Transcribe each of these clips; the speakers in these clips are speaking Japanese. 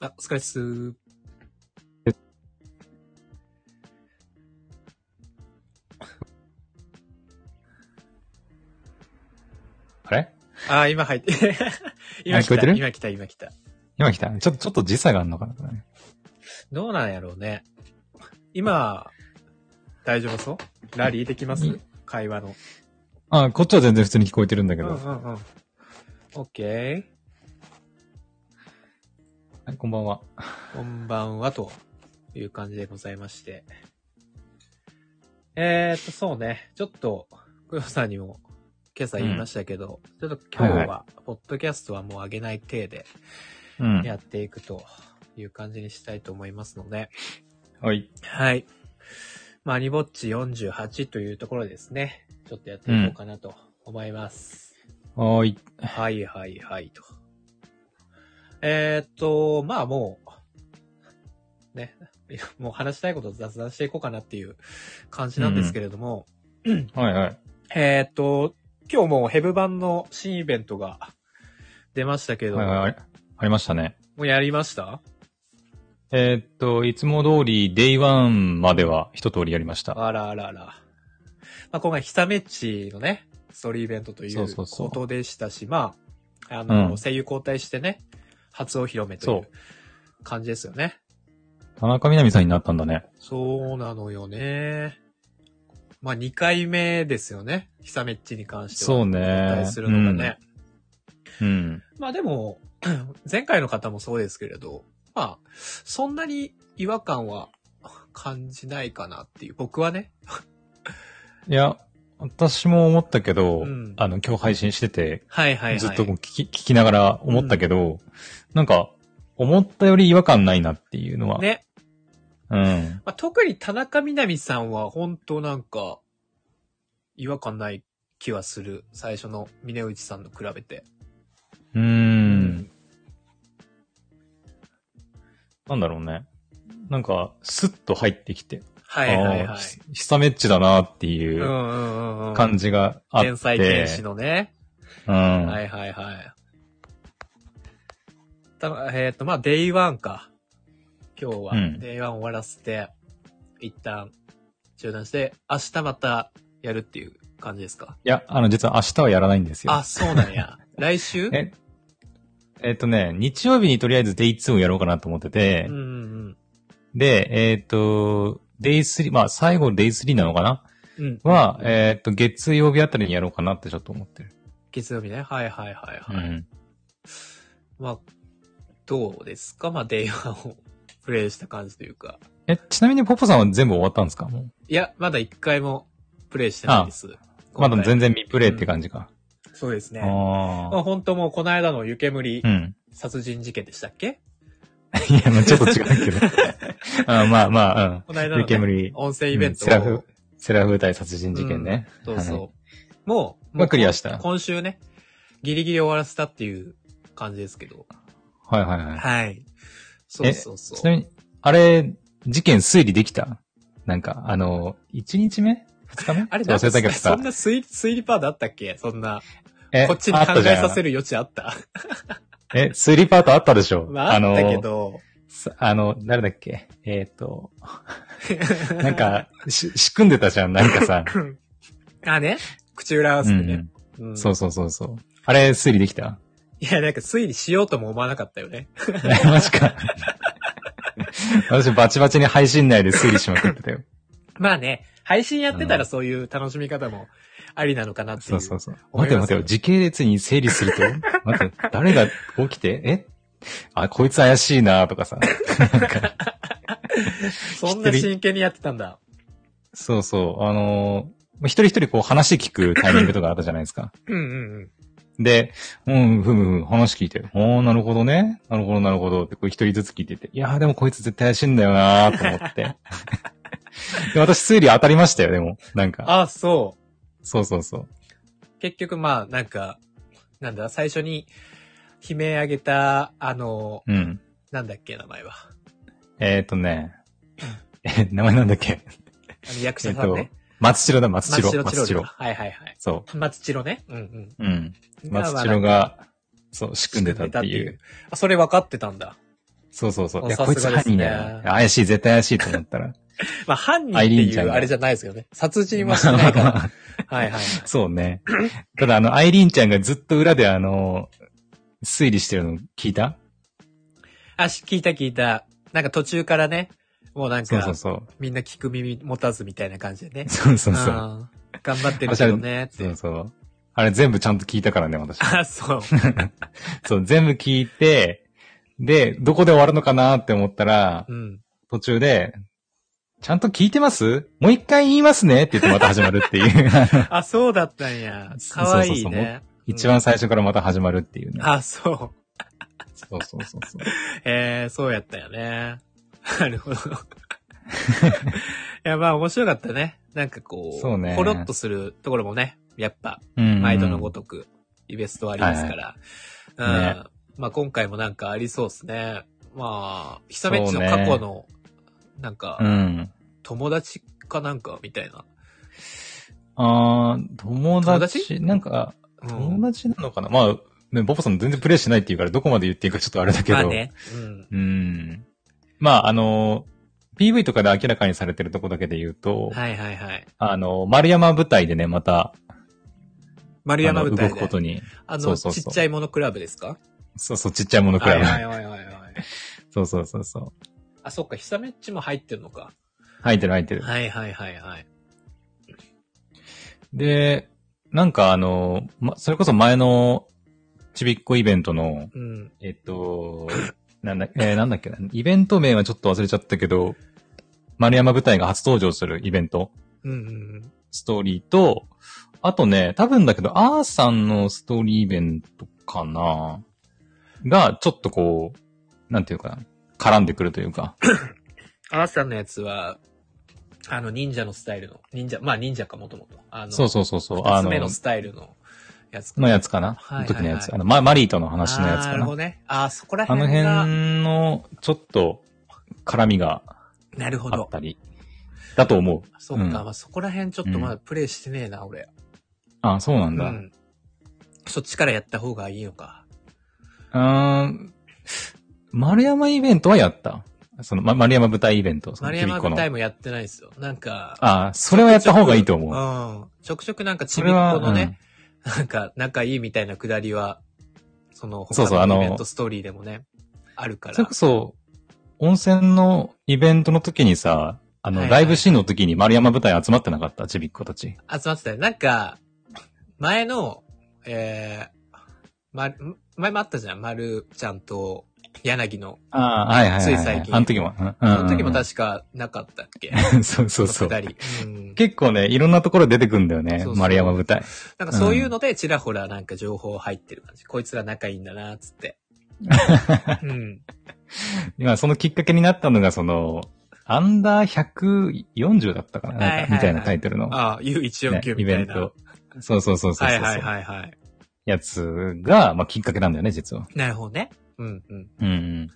あ、お疲れっす。あれあー、今入って。 今来聞こえた、てる今来た、今来た。今来たちょっと、ちょっと時差があるのかなこれねどうなんやろうね。今、大丈夫そうラリーできますうん会話の。あ、こっちは全然普通に聞こえてるんだけうんど。うんうん。オッケはい、こんばんは。ー。こんばんは、という感じでございまして。えーっと、そうね。ちょっと、クヨさんにも今朝言いましたけど、ちょっと今日はいは、ポッドキャストはもう上げない体でうん。やっていくという感じにしたいと思いますので、はい。はい。まあ、リボッチ48というところですね。ちょっとやっていこうかなと思います。はーい。はいはいはいと。えー、っと、まあもう、ね、 いやもう話したいことを雑談していこうかなっていう感じなんですけれども、はいはい。えー、っと、今日もうヘブ版の新イベントが出ましたけど、はいはいはい。ありましたね。もうやりましたえーっと、いつも通り、デイワンまでは一通りやりました。あらあらあら。まあ、今回、ひさめっちのね、ストーリーイベントといそううそうそうことでしたし、まあ、あの、うん声優交代してね、初お披露目といそう感じですよね。田中みな実さんになったんだね。そうなのよね。まあ、2回目ですよね。ひさめっちに関しては。そうね交代するのがね。うん。まあでも、 前回の方もそうですけれど、まあ、そんなに違和感は感じないかなっていう、僕はね。いや、私も思ったけど、うんあの、今日配信してて、はいはいはい。ずっとこう聞き聞きながら思ったけど、なんか、思ったより違和感ないなっていうのは。ね。うん。まあ、特に田中みな実さんは本当なんか、違和感ない気はする。最初の峰内さんと比べて。うー。。うんなんだろうね。なんか、スッと入ってきて、はいはいあはあい。ひひさめっちだなっていううんうんうんうん。感じがあって。天才剣士のね。うん。はいはいはい。たえっ、と、まあ、デイワンか。今日は、うんデイワン終わらせて、一旦中断して、明日またやるっていう感じですか。いや、あの、実は明日はやらないんですよ。あ、そうなんや。 来週え、えっ、とね、日曜日にとりあえず Day2 をやろうかなと思ってて、うんうんで、えっ、と、Day3、まあ最後 Day3 なのかなうん。うん。は、えっ、と、月曜日あたりにやろうかなってちょっと思ってる。月曜日ね。はいはいはいはい。うん。まあ、どうですかまあ、デイワンを プレイした感じというか。え、ちなみにポポさんは全部終わったんですかもういや、まだ一回もプレイしてないです。まだ全然。然未プレイって感じか。そうですね。あまあ、本当もうこの間の湯煙あ。うん。殺人事件でしたっけ、いや、まあちょっと違うけど。 あまあまあ、うん。この間の、湯ね、煙、温泉イベントうんセラを、フセラフ大殺人事件ね。そうそう。はいもう、まあクリアしした。今週ね、ギリギリ終わらせたっていう感じですけど。はいはいはい。はい。そうそうそちうな。みに、あれ、事件推理できたなんか、あの、1日目 ?2 日目あれ、ちょなっんかと忘れたけどそさん。な推理、推理パートあったっけそんな。えこっちに考えさせるる。余地あった。え、推理パートあったでしょまあ、あのったけど。さあの、誰だっけえっ、と、 なん、か、し、仕組んでたじゃん、なんかさ。あ、ね。口裏合わうせてねん、。うんそうそうそうそう。あれ、推理できた いや、なんか推理しようとも思わなかったよね。 マジか。 私、バチバチに配信内で推理しまくってたよ。まあね、配信やってたうらんそういう楽しみ方もありなのかなっていう。そうそうそう。思待いてよます待てよ。時系列に整理 すると、待って、誰が起きて、えあ、こいつ怪しいなとかさ。なんかそんな真剣にやってたんだ。そうそう。あのー一人一人こう話聞くタイミングとかあったじゃないですか。うんうんうん。で、うん、ふむふむ、話聞いて、おー、なるほどね。なるほど、なるほど。って、こう一人ずつ聞いてて、いやーでもこいつ絶対怪しいんだよなーと思って。で私、推理当たりましたよ、でも。なんか。あ、そそうそうそう。う。結局まあ、なんか、なんだ、最初に悲鳴あげた、あの、うん。なんだっけ、名前は。えっ、ー、とね。え、名前なんだっけあの役者えっさんとね。、松代だ、松松代。代チロ松ル代だ。。はいはいはい。そ松千代ね。うんうん。う。うん。松が代が、そう、仕組んでたっていう。あ、それ分かってたんだ。そうそうそう。いや、さこすいがつ犯人だですよね。怪しい、絶対怪しいと思ったら。まあ、犯人っアてイリーンいちゃんうがあれじゃないですけどね。殺人はし ないから。あ、はいはい。そうね。ただ、あの、アイリーンちゃんがずっと裏で、あの、推理してるの聞いたあ、し聞いた聞いた。なんか途中からね、もうなんそうそうか、そう。みんな聞く耳持たずみたいな感じでね。そうそうそうんう。頑張ってるけどね、っそてう。そう。あれ全部ちゃんと聞いたからね、私。あ、そう。そう、全部聞いて、で、どこで終わるのかなって思ったら、うん。途中で、ちゃんと聞いてますもう一回言いますねって言ってまた始まるっていう。 あ、そうだったんや。そかうそわうそうそういいね。一番最初からまた始まるっていうね。あ、そう。そうそうそうそう。えー、そうやったよね。なる ほど。いや、まあ面白かったね。なんかこう、そうねほろっとするところもね、やっぱ、うん、毎度のごとく、イベストはありますから。はいはいうん。まあ今回もなんかありそうですね。まあ、久めっちの過去の、なんか、うん。友達かなんかみたいな。あー友友達達なんか、うん友達なのかな、まあ、ね、ボボさん全然プレイしてないっていうからどこまで言っていいかちょっとあれだけど。まあね。うん。うん。まあ、あの、PV とかで明らかにされてるとこだけで言うと、はいはいはい。あの、丸山舞台でね、また、丸山舞あの台動くでこ。とに。あその、うそちうそっうちゃいものクラブですかそうそう、ちっちゃいものくはらいい。はいはいはいはい。そうそうそうそう。あ、そっか、久めっちも入ってるのか。入ってる入ってる。はいはいはいはい。で、なんかあの、ま、それこそ前のちびっこイベントの、うん。えっと、なんだ、えーなんだっけな、イベント名はちょっと忘れちゃったけど、丸山舞台が初登場するイベント、うんうんストーリーと、あとね、多分だけど、アーさんのストーリーイベントかなが、ちょっとこう、なんていうかな、絡んでくるというか。うん。アーさんのやつは、あの、忍者のスタイルの、忍者、まあ忍者かもともと。あの、そうそうそうそう。二つ目のスタイルのやつかのやつかはな、いはいはい時のやつ。あの、ママリーとの話のやつあーかなるな。ほどね。ああ、そこらあの辺辺が。の、ちょっと、絡みがなるほあっど。たり、だと思う。そっか、うんまあそこら辺ちょっとまだプレイしてねえな、俺。あ、そうなんうだ。ん。そっちからやった方がいいのか。うーん。丸山イベントはやった。その、ま、丸山舞台イベント。その丸ちびっ山こ舞の。台もやってないですよ。なんか、あーそれはやった方がいいと思う。うん。ちょくちょくなんかちそびれっは、このね、なんか、仲いいみたいなくだりは、その、そうそう他あののイベントストーリーでもね、あるかうんら。それこそ、温泉のイベントの時にさ、あはの、いはラいイブシーンの時に丸山舞台集まってなかった、ちびっ子たち。集まってたよ。なんか、前の、えー、ま、前もあったじゃん。丸ちゃんと柳の。ああ、はいはいはい。つい最近あの時も。うん、あの時も確確かなかったっけ、かに。 そうそうその。うくだり。うん。結構ね、いろんなところ出てくんだよね。そうそう丸山舞台。なんかそういうので、ちらほらなんか情報入ってる感じ。こいつら仲いいんだな、つっ て。うん。今、そのきっかけになったのが、その、アンダー140だったかななんかはいはいはいみたいなタイトルの、ああ、ね U149 イみたベいンな。ト。そうそうそうそうそうはいはいはいはい。やつが、まあ、きっかけなんだよね、実は。なるほどね。うんうん。うんうん。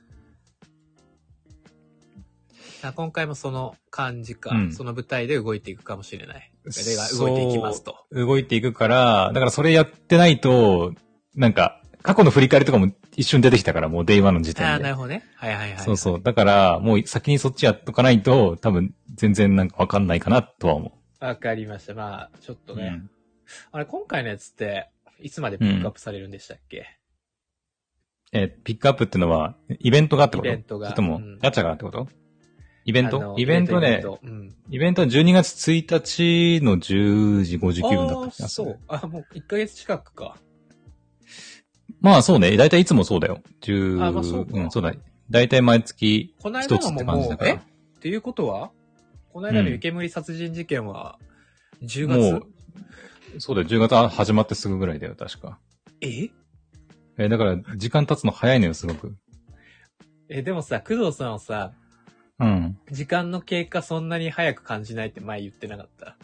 あ今回もその感じか、うんその舞台で動いていくかもしれない。それが動いていきますと。動いていくから、だからそれやってないと、なんか、過去の振り返りとかも一瞬出てきたから、もうデイワンの時ああ、点なで。るほどね。はいはいはい。そうそう。だから、もう先にそっちやっとかないと、多分、全然なんかわかんないかな、とは思わかりました。まあ、ちょっう。とね。うんあれ、今回のやつって、いつまでピックアップされるんでしたっけ、えーピックアップってのは、イベントがってことイベントがそれとうもん、ガチャがってこと、イイベントイベントね、うん。イベントは12月1日の10時59分だったあ気ーがすそるう。。あ、もう1ヶ月近くか。まあそうね、だいたいいつもそうだよ。10、あまあそうかん、そうだね。だいたい毎月この間一つのっても感もじだう、かえらっ。ていうことはこの間のうん湯煙殺人事件は、10月、もう、そうだよ、10月始まってすぐぐらいだよ、確か。ええーだから、時間経つの早いのよ、すごく。え、でもさ、工藤さんはさ、うん。時間の経過そんなに早く感じないって前言ってなかった。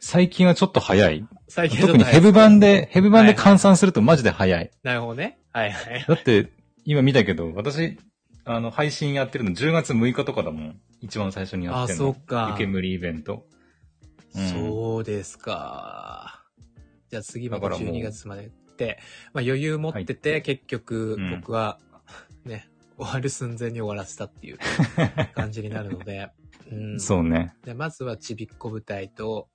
最近はちょっと早い。最近はちょ特っとに早ヘいブ版で、ヘブ版はいではい換算するとマジで早い。なるほどね。はいはい。だって、今見たけど、私、あの、配信やってるの10月6日とかだもん。一番最初にやあっー、てるその。っか湯。煙イベント。うんそうですか。じゃあ次までだからもう12月までって、まあ余裕持ってはて、結局うん僕は、ね、終わる寸前に終わらせた っていう感じになるので、うん、そうね。でまずはちびっこ舞台と、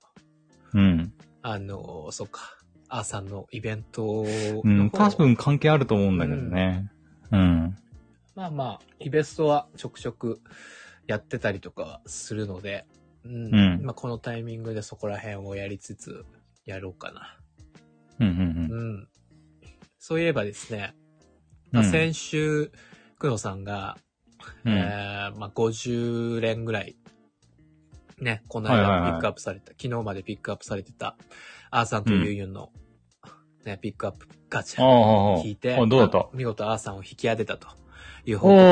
うん。あの、そうか、あーさんのイベントうのん、方多分関係あると思うんだけどね。うん。まあまあ、イベストはちょくちょくやってたりとかするので、うん。うんまあ、このタイミングでそこら辺をやりつつ、やろうかな。うん、うん、うん。そういえばですね、うまあ、ん。先週、久野さんが、うんえーまあ、50連ぐらい、ね、このはいはい間はいピックアップされた、昨日までピックアップされてた、あーさんとゆうゆんの、ね、ピックアップガチああャああ、聞いて、あどうだったまあ見事あーさんを引き当てたという報お告を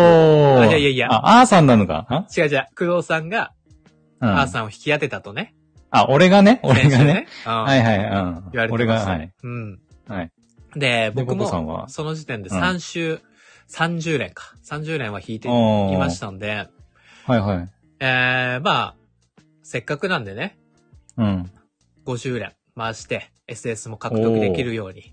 ー。あいやいやいやあ、あーさんなのかあ違う違う、工藤さんが、うんあーさんを引き当てたとね。あ、俺がね、俺が先週ね。。うんはいはい、うん。言われて俺まが、したはねい。うん。はい。で、僕ボボさんはも、その時点でうん3週、30連か。30連は引いていおーましたんで、はいはい。えー、まあ、せっかくなんでね、うん。 50連回して、SS も獲得できるように、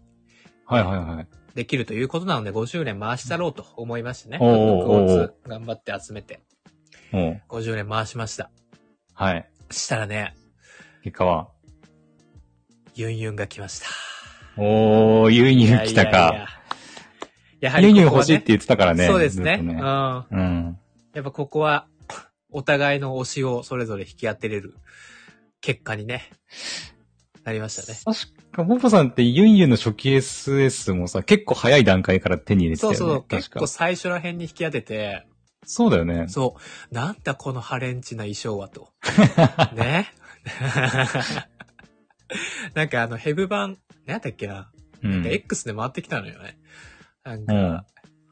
はいはいはい。できるということなので、50連回したろうと思いましてね。おーおークォーツおー頑張って集めて、おう50連回しました。はい。したらね、結果は。ユンユンが来ました。おー、ユイニュー来たいやいやいやか。。やはユイりニューここはね、欲しいって言ってたからね。そうですね。ずっうとん。やうん。っぱここは、 お互いの推しをそれぞれ引き当てれる結果にね、なりましたね。確か、ポポさんってユンユンの初期 SS もさ、結構早い段階から手に入れてたそようね。そう、確結か構。最初ら辺に引き当てて、そうだよね。そう、なんだこのハレンチな衣装は と。ね なんかあの、ヘブ版、なんだっけな、うなんかん。 X で回ってきたのよね。なんうか、ん。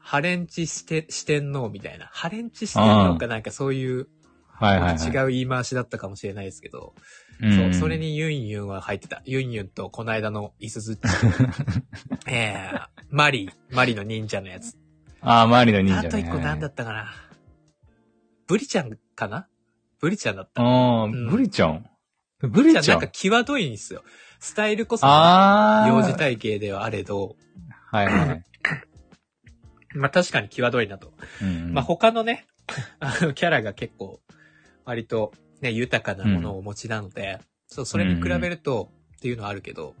ハレンチして、四天王みたいな。ハレンチ四天王かなんかそういう、はいはい、はい。違う言い回しだったかもしれないですけど、うん。そう、それにユンユンは入ってた。ユンユンとこの間のイスズッ チ、えー、マリー、マリーの忍者のやつ。ああ、周りの忍あ者、ね。と一個なんだったかな。ブリちゃんかなブリちゃんだった。ああ、んブリちゃん。ブリじちゃゃあん。なんか際どいんですよ。スタイルこそ、ああ。幼児体型ではあれど、はいはい。まあ確かに際どいなと。うん まあ、他のね、あのキャラが結構、割とね、豊かなものをお持ちなので、そう、それに比べると、っていうのはあるけど、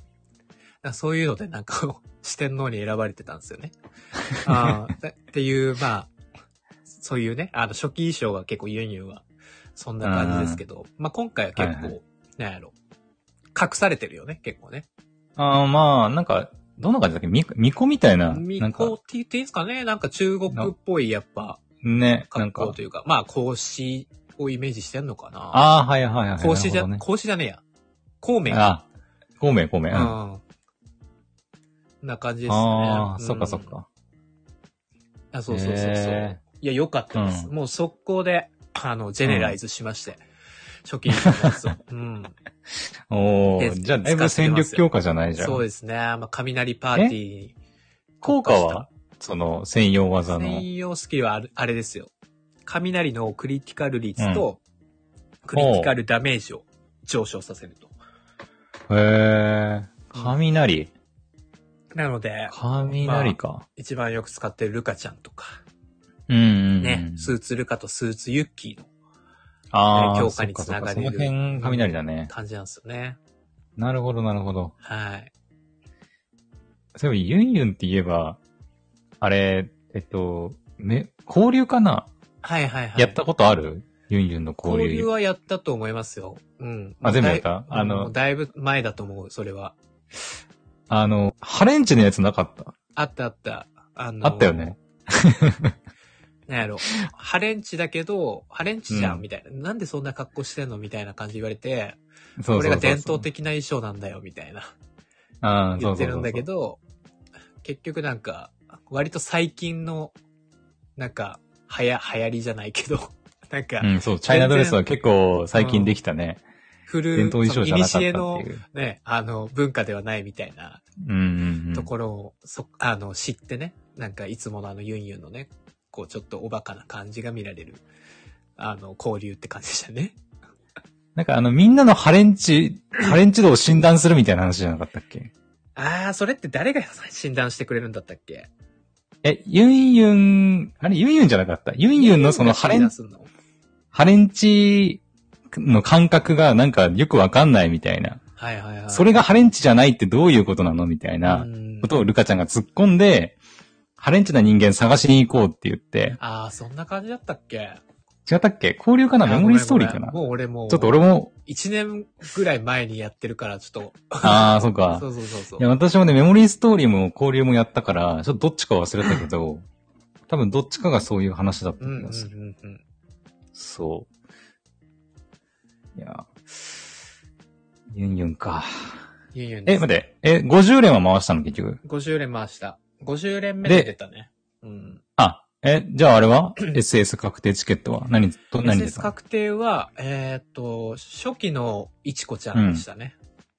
なんかそういうのでなんか、 四天王に選ばれてたんですよ ね。ああだっていう、まあ、そういうね、あの、初期衣装は結構ユニューは、そんな感じですけど、まあ今回は結はいは構、なんやろ、隠されてるよね、結構ね。ああ、まあ、なんか、どんな感じだっけみ、みこみたいな。みなんかこうって言っていいんですかねなんか中国っぽいやっぱね、なん格か好。というか、まあ孔子をイメージしてんのかなああ、はいはいはい。孔子じゃ、なるほ孔子じゃねえや。孔ど明。ね。あ、孔明、孔明。うん。あうん。な感じですね。あうー、んそっかそっ。か。あ、そうそうそうそへう。いや、良かったです。うもう速攻で、あの、ジェネライズしまして。初期のやつを。うん。おでー、じゃあ、だいぶ戦力強化じゃない じゃん。そうですね。まあ、雷パーティーに。効果はその、専用技の。専用スキルはあれあれですよ。雷のクリティカル率と、クリティカルダメージを上昇させると。へえ。雷。なので、雷か。一番よく使ってるルカちゃんとか、うんうんうん。ね、スーツルカとスーツユッキーのああ、強化につながれるそっかそっかその辺、雷だね。感じなんですよね。なるほど、なるほど。はい。そういえば、ユンユンって言えば、あれ、えっと、め、交流かな、はいはいはい。やったことあるユンユンの交流。交流はやったと思いますよ。うん。あ、全部やっただいあうんの、だいぶ前だと思う、それは。あの、ハレンチのやつなかった。あったあった。あの、あったよね。。なんやろ。ハレンチだけど、ハレンチじゃうんん、みたいな。なんでそんな格好してんのみたいな感じで言われて、そうそうそう。これが伝統的な衣装なんだよ、みたいな。あーそ言うっそうそうそうてるんだけ。ど、結局なんか、割と最近の、なんか、はや、流行りじゃないけど、 なんかう、ん、そう。チャイナドレスは結構最近できたね。古伝統衣装じゃなかったっていいにしえのう。ね、あの、文化ではないみたいなうんうんうん。ところを、そ、あの、知ってね、なんかいつものあのユンユンのね、こうちょっとおバカな感じが見られる、あの、交流って感じでしたね。なんかあの、みんなのハレンチ、ハレンチ度を診断するみたいな話じゃなかったっけあー、それって誰が診断してくれるんだったっけえ、ユンユン、あれ、ユンユンじゃなかった。ユンユンのそのハレン、すんのハレンチの感覚がなんかよくわかんないみたいな。はいはいはい。それがハレンチじゃないってどういうことなのみたいなうんことをルカちゃんが突っ込んで、ハレンチな人間探しに行こうって言って、ああ、そんな感じだったっけ違ったっけ交流かなあメモリーストーリーかごめなんちごめんもう俺も、ょっと俺も、 1年ぐらい前にやってるから、ちょっと。ああ、そうか。 そうそうそうそうい。や、私もね、メモリーストーリーも交流もやったから、ちょっとどっちか忘れたけど、多分どっちかがそういう話だった気うんうんうがする。んうん。そう。いや、ユンユンか。ユンユンでえ、す待って、え、50連は回したの結局。 50連回した。50連目で出たね。うん。あ、え、じゃああれは ?SS 確定チケットは何、と何で SS すか確定は、えーっと、初期のいちこちゃんでしたね。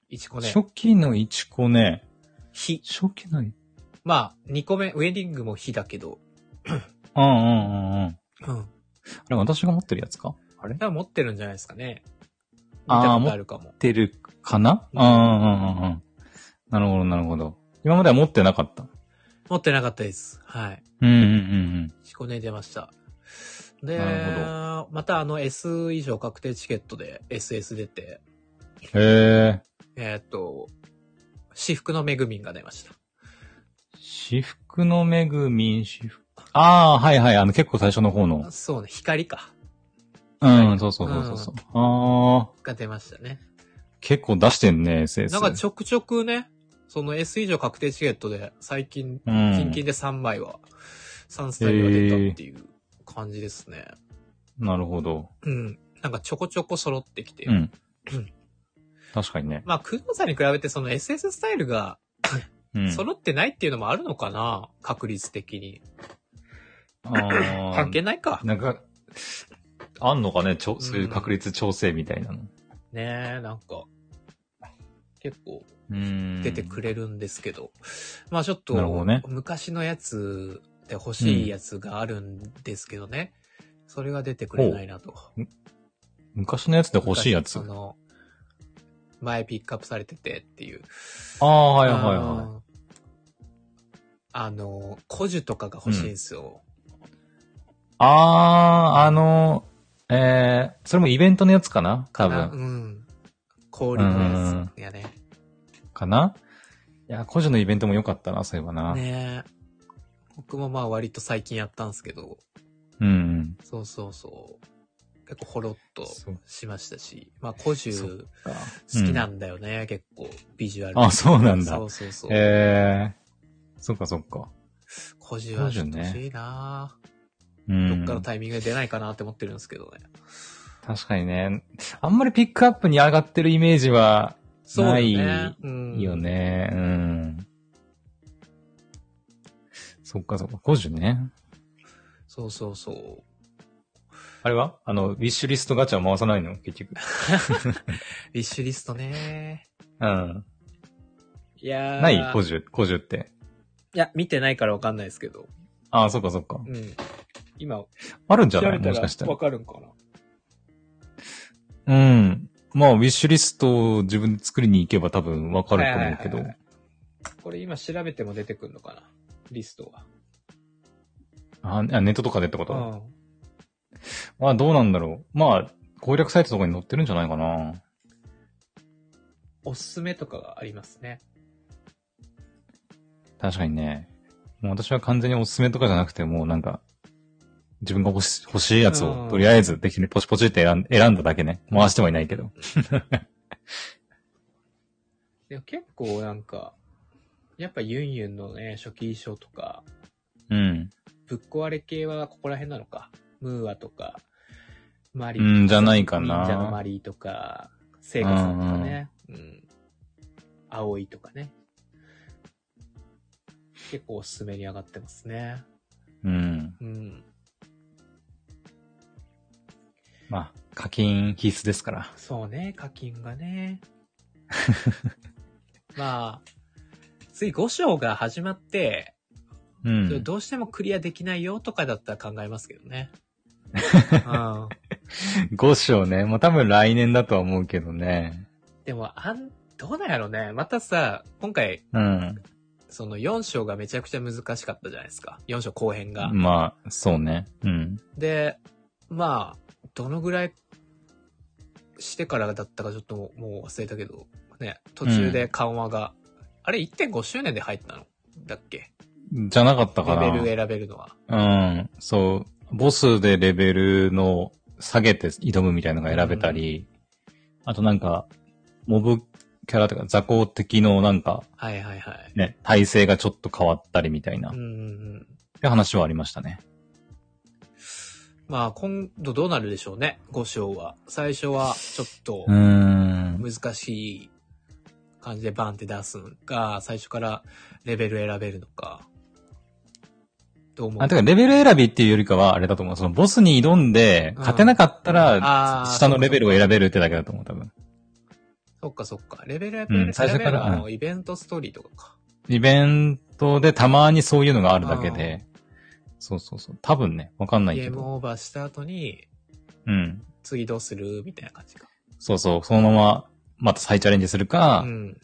いちこね。初期の1個ね、ひ。初期の、うんまあ、2個目、ウェディングもひだけど。うんうんうん。うん。あれ、私が持ってるやつかあれ多分持ってるんじゃないですかね。見あーたことあるかも持っ。てるかなうんああ、うんうんうん。なるほど、なるほど。今までは持ってなかった。持ってなかったです。はい。うんうんうんしこね出ました。でな、またあの S 以上確定チケットで SS 出て、うん。へえ。えーっと、私服のめぐみんが出ました。私服の恵み、私服。ああ、はいはい。あの、結構最初の方の。そうね、光か。うん、そうそうそうそうそう。ああ、が出ましたね。結構出してんね、SS。なんかちょくちょくね、その S 以上確定チケットで最近、う近ん々。で3枚は、3スタイルが出たっていう感じですね。なるほど。うん。なんかちょこちょこ揃ってきて。うんうん。確かにね。まあ、工藤さんに比べてその SS スタイルがうん。揃ってないっていうのもあるのかな、確率的に。関関係ないか。なんか、あんのかね、ちょそういううん確率調整みたいなの。ねえ、なんか、結構うん。出てくれるんですけど。まあちょっとなるほどね、昔のやつで欲しいやつがあるんですけどね。それが出てくれないなと。昔のやつで欲しいやつ昔。その、前ピックアップされててっていう。ああ、はいはいはい。い。あの、古樹とかが欲しいんですよ。ああ、あの、えー、それもイベントのやつかな多あう分。ん。氷のやつやね。かないや、個人のイベントも良かったな、そういえばな。ねえ。僕もまあ割と最近やったんですけど、うんそうそうそう。結構ほろっとそうしましたし、まあ古そ樹うん。好きなんだよね、結構ビジュアル。あそうなんだそうそうそう。えー、そっかそっか。古樹はちょっと欲しいな、うどん。っかのタイミングで出ないかなって思ってるんですけどね。確かにね。あんまりピックアップに上がってるイメージはそうよないね。うんいいよ。ね。うん。そっかそっか。個人ね。そうそうそう。あれはあの、ウィッシュリストガチャ回さないの結局。ウィッシュリストね。うん。いやーない個い人、個人って。や、見てないからわかんないですけど。ああ、そっかそっか。うん。今、あるんじ調ゃべないたもしらかしたらわ。かるんかな。うん。まあ、ウィッシュリストを自分で作りに行けば多分わかると思うはけいはいはいどは。いこれ今調べても出てくるのかなリストは。あ、あネットとかでってこと、うん。まあ、どうなんだろう。まあ、攻略サイトとかに載ってるんじゃないかな。おすすめとかがありますね。確かにね。もう私は完全におすすめとかじゃなくて、もうなんか、自分が欲し欲しいやつうを、んとりあえず、できるポチポチって選ん選んだだけね。回してはいないけど。でも結構なんか、やっぱユンユンのね、初期衣装とか、うん。ぶっ壊れ系はここら辺なのか。ムーアとか、マリうんじゃないかな忍者のマリーとか、セイカさんとかね。うん。葵とかね。結構おすすめに上がってますね。うん。うん。まあ、課金必須ですから。そうね、課金が ね。まあ、次5章が始まって、うそれん。どうしてもクリアできないよとかだったら考えますけど ね。うん。 5章ね。もう多分来年だとは思うけどね。でも、あん、どうなんやろね。またさ、今回、うん。その4章がめちゃくちゃ難しかったじゃないですか。4章後編が。まあ、そうね。うん。で、まあ、どのぐらいしてからだったかちょっともうもう忘れたけど、ね、途中で緩和が、あれ1.5周年で入ったのだっけじゃなかったかな。レベル選べるのは。うん。そう。ボスでレベルの下げて挑むみたいなのが選べたり、あとなんか、モブキャラとか雑魚敵のなんかはいはいはい。ね、体勢がちょっと変わったりみたいな、うっんうんうん。て話はありましたね。まあ今度どうなるでしょうね、5章は。最初はちょっとうーん。難しい感じでバンって出すのか、最初からレベル選べるのか。どう思うあ、てか、レベル選びっていうよりかは、あれだと思う。その、ボスに挑んで、うん勝てなかったらあ、ー下のレベルを選べるってだけだと思う、多分。そっかそっか。レベル選うべんる、最初か選らべるのはあのイベントストーリーとかか。イベントでたまにそういうのがあるだけで、そうそうそう。多分ね、わかんないゲけーど。ムオーバーした後に、うん。次どうするみたいな感じか。そうそう。そのまま、また再チャレンジするか、うん。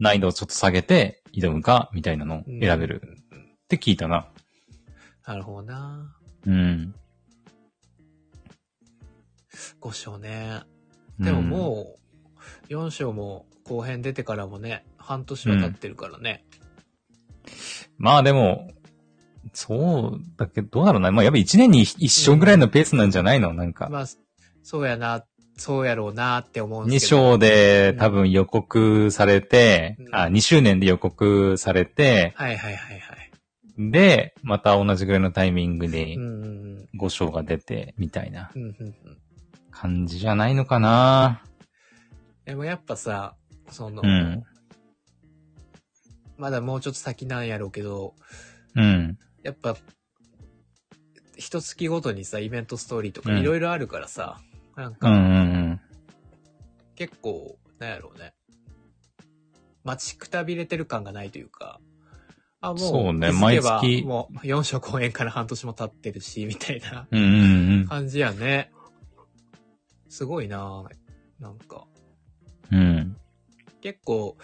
難易度をちょっと下げて挑むか、みたいなのを選べるうんうんうん。って聞いたな。なるほどな。うん。 5章ね。でもうん、もう、4章も後編出てからもね、半年は経ってるからね。まあでも、そうだけど、どうだろうな。まあやっぱ一年に一章ぐらいのペースなんじゃないのなんか。まあ、そうやな、そうやろうなって思うんで2すけど。章で多分予告されて、うんあ、2周年で予告されて、はいはいはいはい。で、また同じぐらいのタイミングでうんうんうん。 5章が出て、みたいなうんうんうん。感じじゃないのかな。でもやっぱさ、その、うん。まだもうちょっと先なんやろうけど、うん。やっぱ、一月ごとにさ、イベントストーリーとうかんいろいろあるからさ、なんうんうかん結構、なんやろうね。待ちくたびれてる感がないというか、あ、もう、そうね気づけば毎月もう4章公演から半年も経ってるし、みたいなうん。うんうん感じやね。すごいなぁなんか、うん。うん。結構、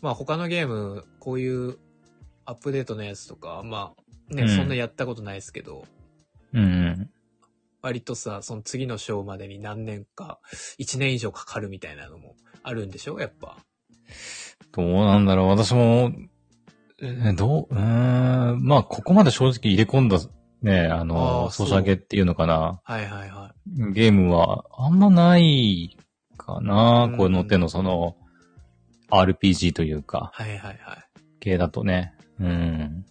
まあ他のゲーム、こういうアップデートのやつとか、まあね、うんそんなやったことないですけど、うんうん。割とさ、その次の章までに何年か、1年以上かかるみたいなのもあるんでしょやっぱ。どうなんだろう。私も、えーどう、うーん。まあ、ここまで正直入れ込んだ、ね、ああの、ーソシャゲっていうのかな。はいはいはゲームは、あんまないかなう。んこういうのっての、その、RPG というか、い。はいはいはい。系だとね。うん。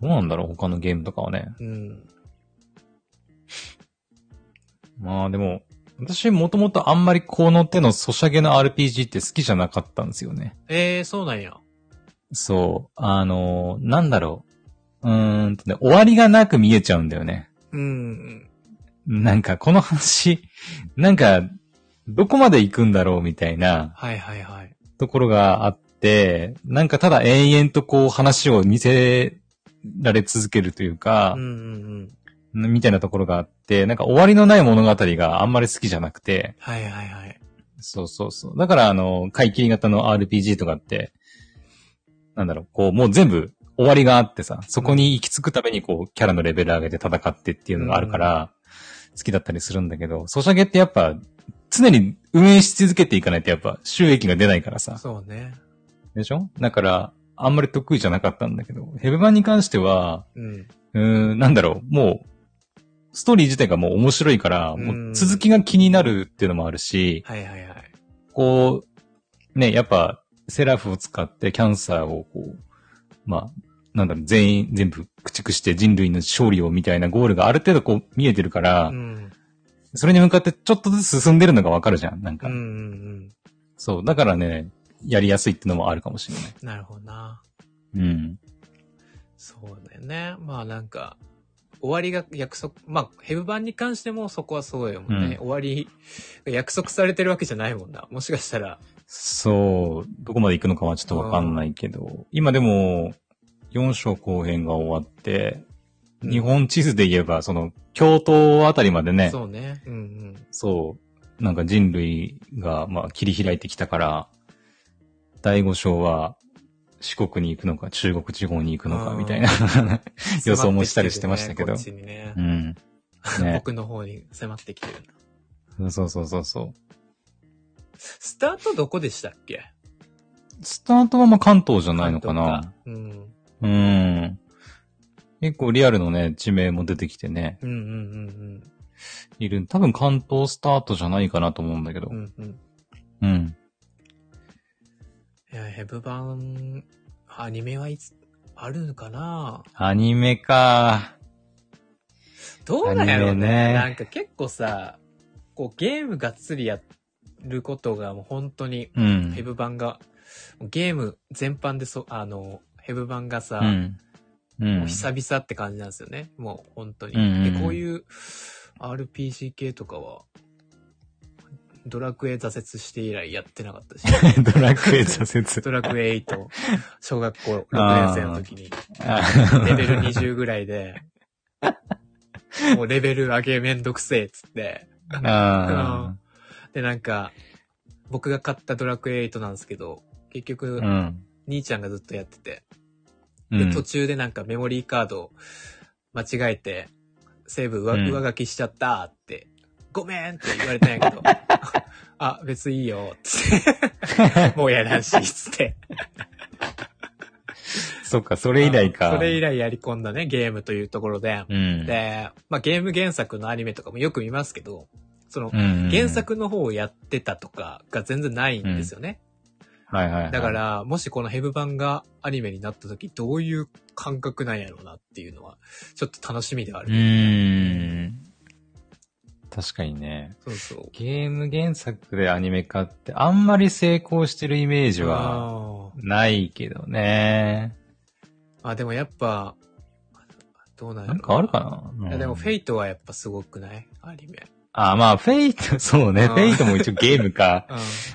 どうなんだろう。他のゲームとかはね。うん。まあ、でも、私もともとあんまりこの手のソシャゲの RPG って好きじゃなかったんですよね。えー、そうなんや。そう。あの、なんだろう。うーんとね、終わりがなく見えちゃうんだよね。うん。なんか、この話、なんか、どこまで行くんだろうみたいなはいはいはい。ところがあって、なんかただ延々とこう話を見せられ続けるというかうんう、んうん。みたいなところがあって、なんか終わりのない物語があんまり好きじゃなくて、はいはいはい。そうそうそう。だから、あの、買い切り型の RPG とかって、なんだろう、こう、もう全部終わりがあってさ、そこに行き着くために、こう、キャラのレベル上げて戦ってっていうのがあるから、好きだったりするんだけど、ソシャゲってやっぱ、常に運営し続けていかないとやっぱ収益が出ないからさ。そうね。でしょだから、あんまり得意じゃなかったんだけど、ヘブ版に関しては、うん。うーん、なんだろう、もう、ストーリー自体がもう面白いから、もう続きが気になるっていうのもあるし、はいはいはい。こう、ね、やっぱ、セラフを使ってキャンサーをこう、まあ、なんだろう、全員、全部駆逐して人類の勝利をみたいなゴールがある程度こう見えてるから、うん。それに向かってちょっとずつ進んでるのがわかるじゃん、なんうか。んうんうん。そう、だからね、やりやすいってのもあるかもしれない。なるほどな。うん。そうだよね。まあなんか、終わりが約束、まあ、ヘブ版に関してもそこはそうよもんね。う終わりが約束されてるわけじゃないもんな。もしかしたら、そう、どこまで行くのかはちょっとわかんないけど、今でも、4章後編が終わって、うん日本地図で言えば、その、京都あたりまでね、そうね。うんうん。 そう。なんか人類が、まあ、切り開いてきたから、第五章は、四国に行くのか、中国地方に行くのか、うんみた いな予想もしたりしてましたけど。迫ってきてるねうこっん。ちにね。ね僕の方に迫ってきてる。そうそうそうそう。スタートどこでしたっけスタートはまあ関東じゃないのかな。関東かうん。結構リアルのね、地名も出てきてね、うん。うんうんいる。多分関東スタートじゃないかなと思うんだけどうんうん。う。んうん。うん。いや、ヘブ版、アニメはいつ、あるのかなアニメか。どうなんやろうアニねメねなんか結構さ、こうゲームがっつりやることがもう本当に、うヘん。ブ版が、ゲーム全般でそ、あの、ヘブ版がさ、うん。うんもう。久々って感じなんですよね。もう本当に。うんうんで、こういう RPG 系とかは、ドラクエ挫折して以来やってなか ったし、 ドラクエ挫折。ドラクエ8、小学校6年生の時 に、レベル20ぐらいで、もうレベル上げめんどくせえっつって、あで、なんか、僕が買ったドラクエ8なんですけど、結ー局う、ん。兄ちゃんがずっとやってて、うで、ん途中でなんかメモリーカード間違えて、セーブ上,、うん上書きしちゃったって、ごめんって言われたんやけ ど、あ、別にいいよ、つって、 もうやらんし、つって。 そっか、それ以来か。それ以来やり込んだね、ゲームというところで。うん。で、まあゲーム原作のアニメとかもよく見ますけど、その、うん、原作の方をやってたとかが全然ないんですよね。はいはいはい。だか、ら、もしこのヘブ版がアニメになった時、どういう感覚なんやろうなっていうのは、ちょっと楽しみではあうる。ーん。確かにね。そうそう。ゲーム原作でアニメ化ってあんまり成功してるイメージはあないけどね。ーあ、でもやっぱ、どうなんやなろんかあるかな、いやでも、フェイイトはやっぱすごくないアニメ。あ、まあ、フェイト、 そうね。うんフェイトも一応ゲームか。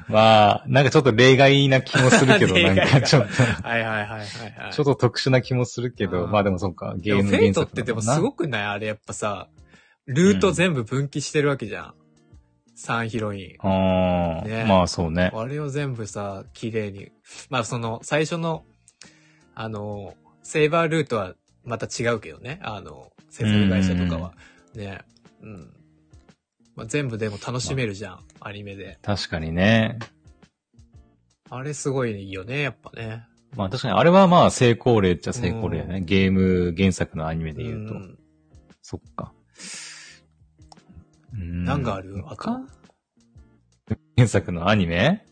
うん。まあ、なんかちょっと例外な気もするけ ど、例な外かんかちょっと。はいはいはいはい、はい。ちょっと特殊な気もするけど、うんまあでもそうか、でゲーもムフェイ原トっ作てだでももんすなごくないあれやっぱさ、ルート全部分岐してるわけじゃん。3ヒロイン。あーねまあそうね。あれを全部さ、綺麗に。まあその、最初の、あの、セイバールートはまた違うけどね。あの、制作会社とかは。ね。うん。まあ、全部でも楽しめるじゃん、アニメで。確かにね。あれすごいいいよね、やっぱね。まあ確かに、あれはまあ成功例っちゃ成功例だね。ゲーム原作のアニメで言うと。んそっか。うんなんかあるあと。原作のアニメ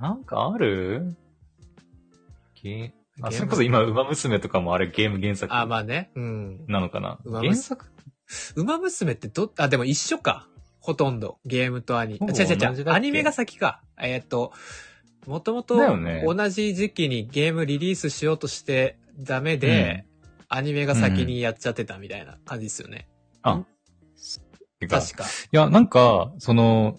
なんかあるゲー、ゲーあ、ムそれこそ今、馬娘とかもあれゲーム原作あ、まあね。うん。なのかな馬娘原作馬娘ってど、あ、でも一緒か。ほとんど。ゲームとアニほメ。ぼ違う違同う違じう。だっけアニメが先か。えーっと、もともとだよね同じ時期にゲームリリースしようとしてダメで、アニメが先にやっちゃってたみたいな感じですよね。あ、てか確か。いや、なんか、その、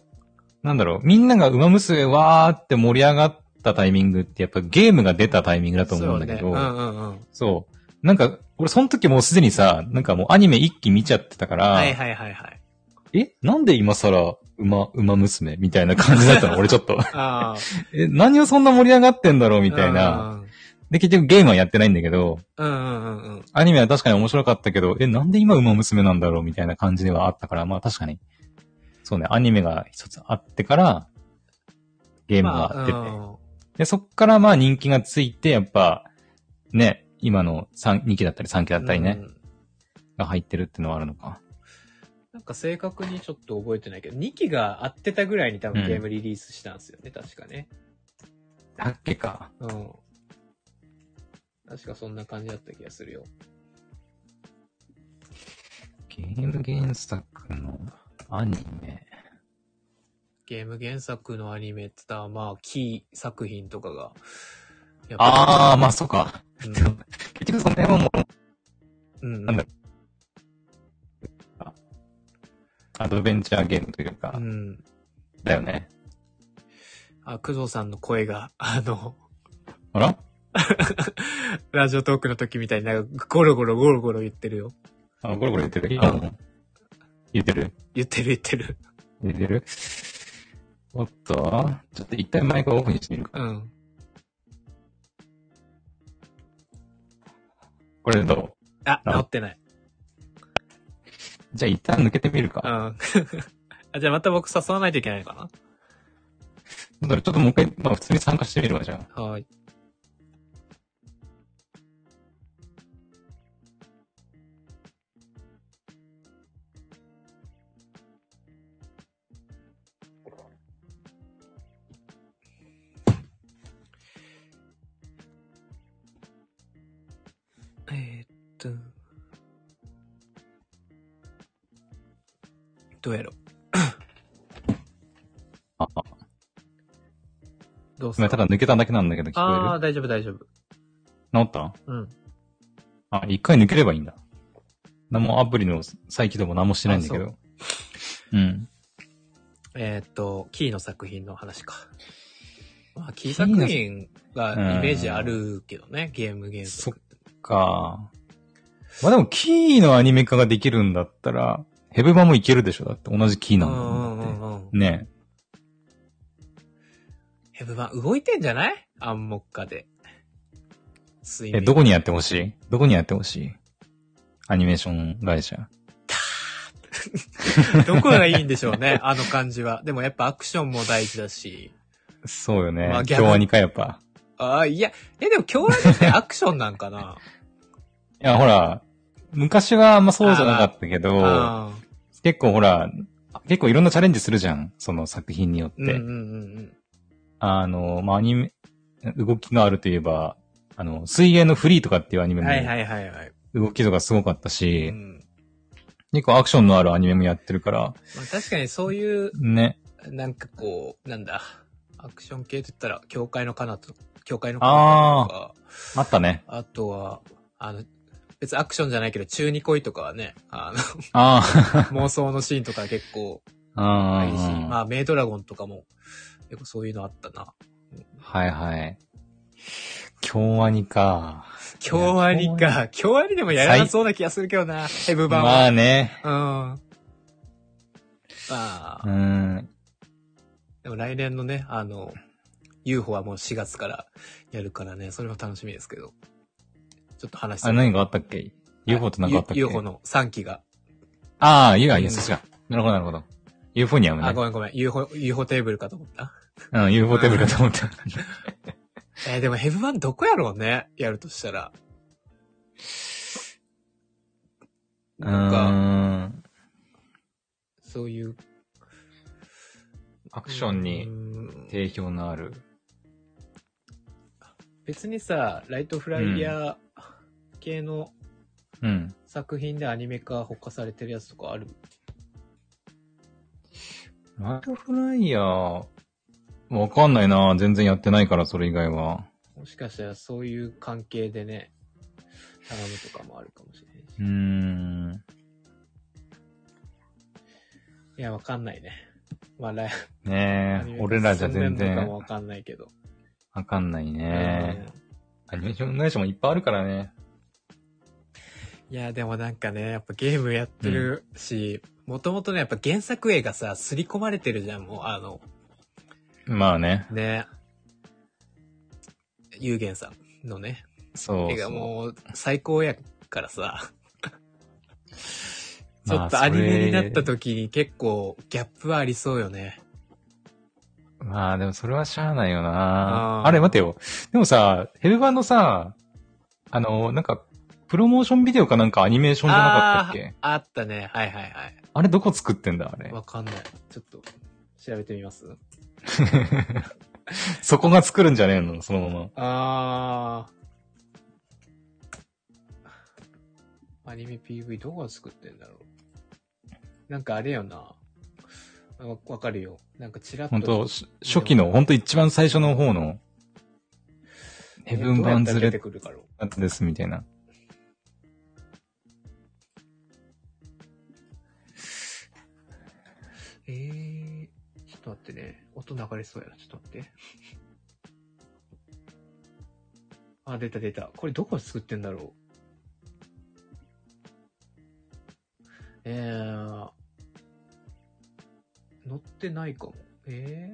なんだろう、みんなが馬娘わーって盛り上がったタイミングって、やっぱゲームが出たタイミングだと思うんだけど、そうね。うんうんうん。そう。なんか、俺その時もうすでにさ、なんかもうアニメ一期見ちゃってたから、はいはいはいはい。え、なんで今更、馬、馬娘みたいな感じだったの俺ちょっと。 ああ。え、何をそんな盛り上がってんだろうみたいな。な。で、結局ゲームはやってないんだけど、うんうんうんうん。アニメは確かに面白かったけど、え、なんで今馬娘なんだろうみたいな感じではあったから、まあ確かに。そうね、アニメが一つあってから、ゲームが出て。まで、そっからまあ人気がついて、やっぱ、ね、今の3、2期だったり3期だあ、ったりうね、んが入ってるってのはあるのか。なんか正確にちょっと覚えてないけど、2期が合ってたぐらいに多分ゲームリリースしたんですよね、確かね。だっけか。うん。確かそんな感じだった気がするよ。ゲーム原作のアニメ。ゲーム原作のアニメって言ったら、まあ、キー作品とかが。やっあぱー、まあそうか。り結局その辺はもう、うん。うん。なんだアドベンチャーゲームというか、うん。だよね。あ、工藤さんの声が、あの、あらラジオトークの時みたいになんか、ゴロゴロゴロゴロ言ってるよ。あ、ゴロゴロ言ってる。ああ言ってる言ってる言ってる。言ってるおっと、ちょっと一回マイクをオフにしてみるか。うん。これどうあ、あ治ってない。じゃあ一旦抜けてみうるん。 か。あ、じゃあまた僕誘わないといけないのかだからちょっともう一回、まあ普通に参加してみるわ、じゃあ。なはーい。えーっと。どうやろああどうす今るただ抜けただけなんだけど聞あこあ、大丈夫大丈夫。える治ったうん。あ、一回抜ければいいんだ。何もアプリの再起動も何もしてないんだけあど。うん。えーっと、キーの作品の話か。まあ、キーキーの作品がイメージあるけどね、ゲームゲーム。そっか。まあでもキーのアニメ化ができるんだったら、ヘブ版もいけるでしょだって同じキーうなんんうだもんんだうって。んうん。ねヘブ版動いてんじゃない暗黙化で。睡え。え、眠。どこにやってほしいどこにやってほしいアニメーション会社。 どこがいいんでしょうね、あの感じは。でもやっぱアクションも大事だし。そうよね。まあギャグ共和にかやっぱ。ああ、いや、え、でも今日はって アクションなんかな。いや、ほら、昔はあんまそうじゃなかったけうど、ん。結構ほら、結構いろんなチャレンジするじゃん。その作品によって。うんうんうんあの、まあ、アニメ、動きがあるといえば、あの、水泳のフリーとかっていうアニうメん。はいはも、いはいはい。動きとかすごかったうし、ん。結構アクションのあるアニメもやってるから、まあ確かにそういうね。なんかこう、なんだ、アクション系って言ったら、教会の彼方とか、教会の彼方とか、あったね。あとは、あの、別にアクションじゃないけど、中二恋とかはね、あああ。の、妄想のシーンとか結構あ激しい。あ まあ、メイドラゴンとかも、結構そういうのあったな。はいはい。京アニか。京アニか。京アニでもやらなそうな気がするけどな、ヘブ版まは。あね。うん。まあう、ん。でも来年のね、あの、UFO はもう4月からやるからね、それも楽しみですけど。ちょっと話あれ何があったっけ ?UFO って何かあったっけ ?UFO の3期が。ああ、いやいうんや、そっちか。なるほど、なるほど。UFO にはあ、ねご。めんごめん。UFO、UFO テーブルかと思った。うん、UFO テーブルかと 思った。えーでもヘブ版どこやろうねやるとしたら。うなんか、ーん。そういう。アクションにうん定評のある。別にさ、ライトフライヤー系のうん。作品でアニメ化ほかされてるやつとかあるライトフライヤー、わかんないな全然やってないから、それ以外は。もしかしたらそういう関係でね、頼むとかもあるかもしれないし。うーん。いや、わかんないね。まあ、ライアねニメえ、化俺らじゃ進全んでんのかも然わかんないけど。わかんないね。うアニメーション会社もいっぱいあるからね。んいや、でもなんかね、やっぱゲームやってるし、もともとね、やっぱ原作映がさ、刷り込まれてるじゃん、もう、あの、まあね。ね。有限さんのね、そう絵がもう最高やから さ、ちまょあっとアニメになったそれ時に結構ギャップはありそうよね。まあでもそれはしゃあないよあなーあれ待てよ。でもさ、ヘルバンのさ、あの、なんか、プロモーションビデオかなんかアニメーションじゃなかったっけあーあったね。はいはいはい。あれどこ作ってんだあれ。わかんない。ちょっと、調べてみます そこが作るんじゃねえのそのまま。あー。アニメ PV どこが作ってんだろうなんかあれよな。わわかるよ。なんかちらっと。本当し初期の、本当一番最初の方の、ヘブン版ズズレてレくるかろう。ッツですみたいな。えー、ちょっと待ってね。音流れそうやな。ちょっと待って。あ、出た出た。これどこで作ってんだろう。えー、乗ってないかも。え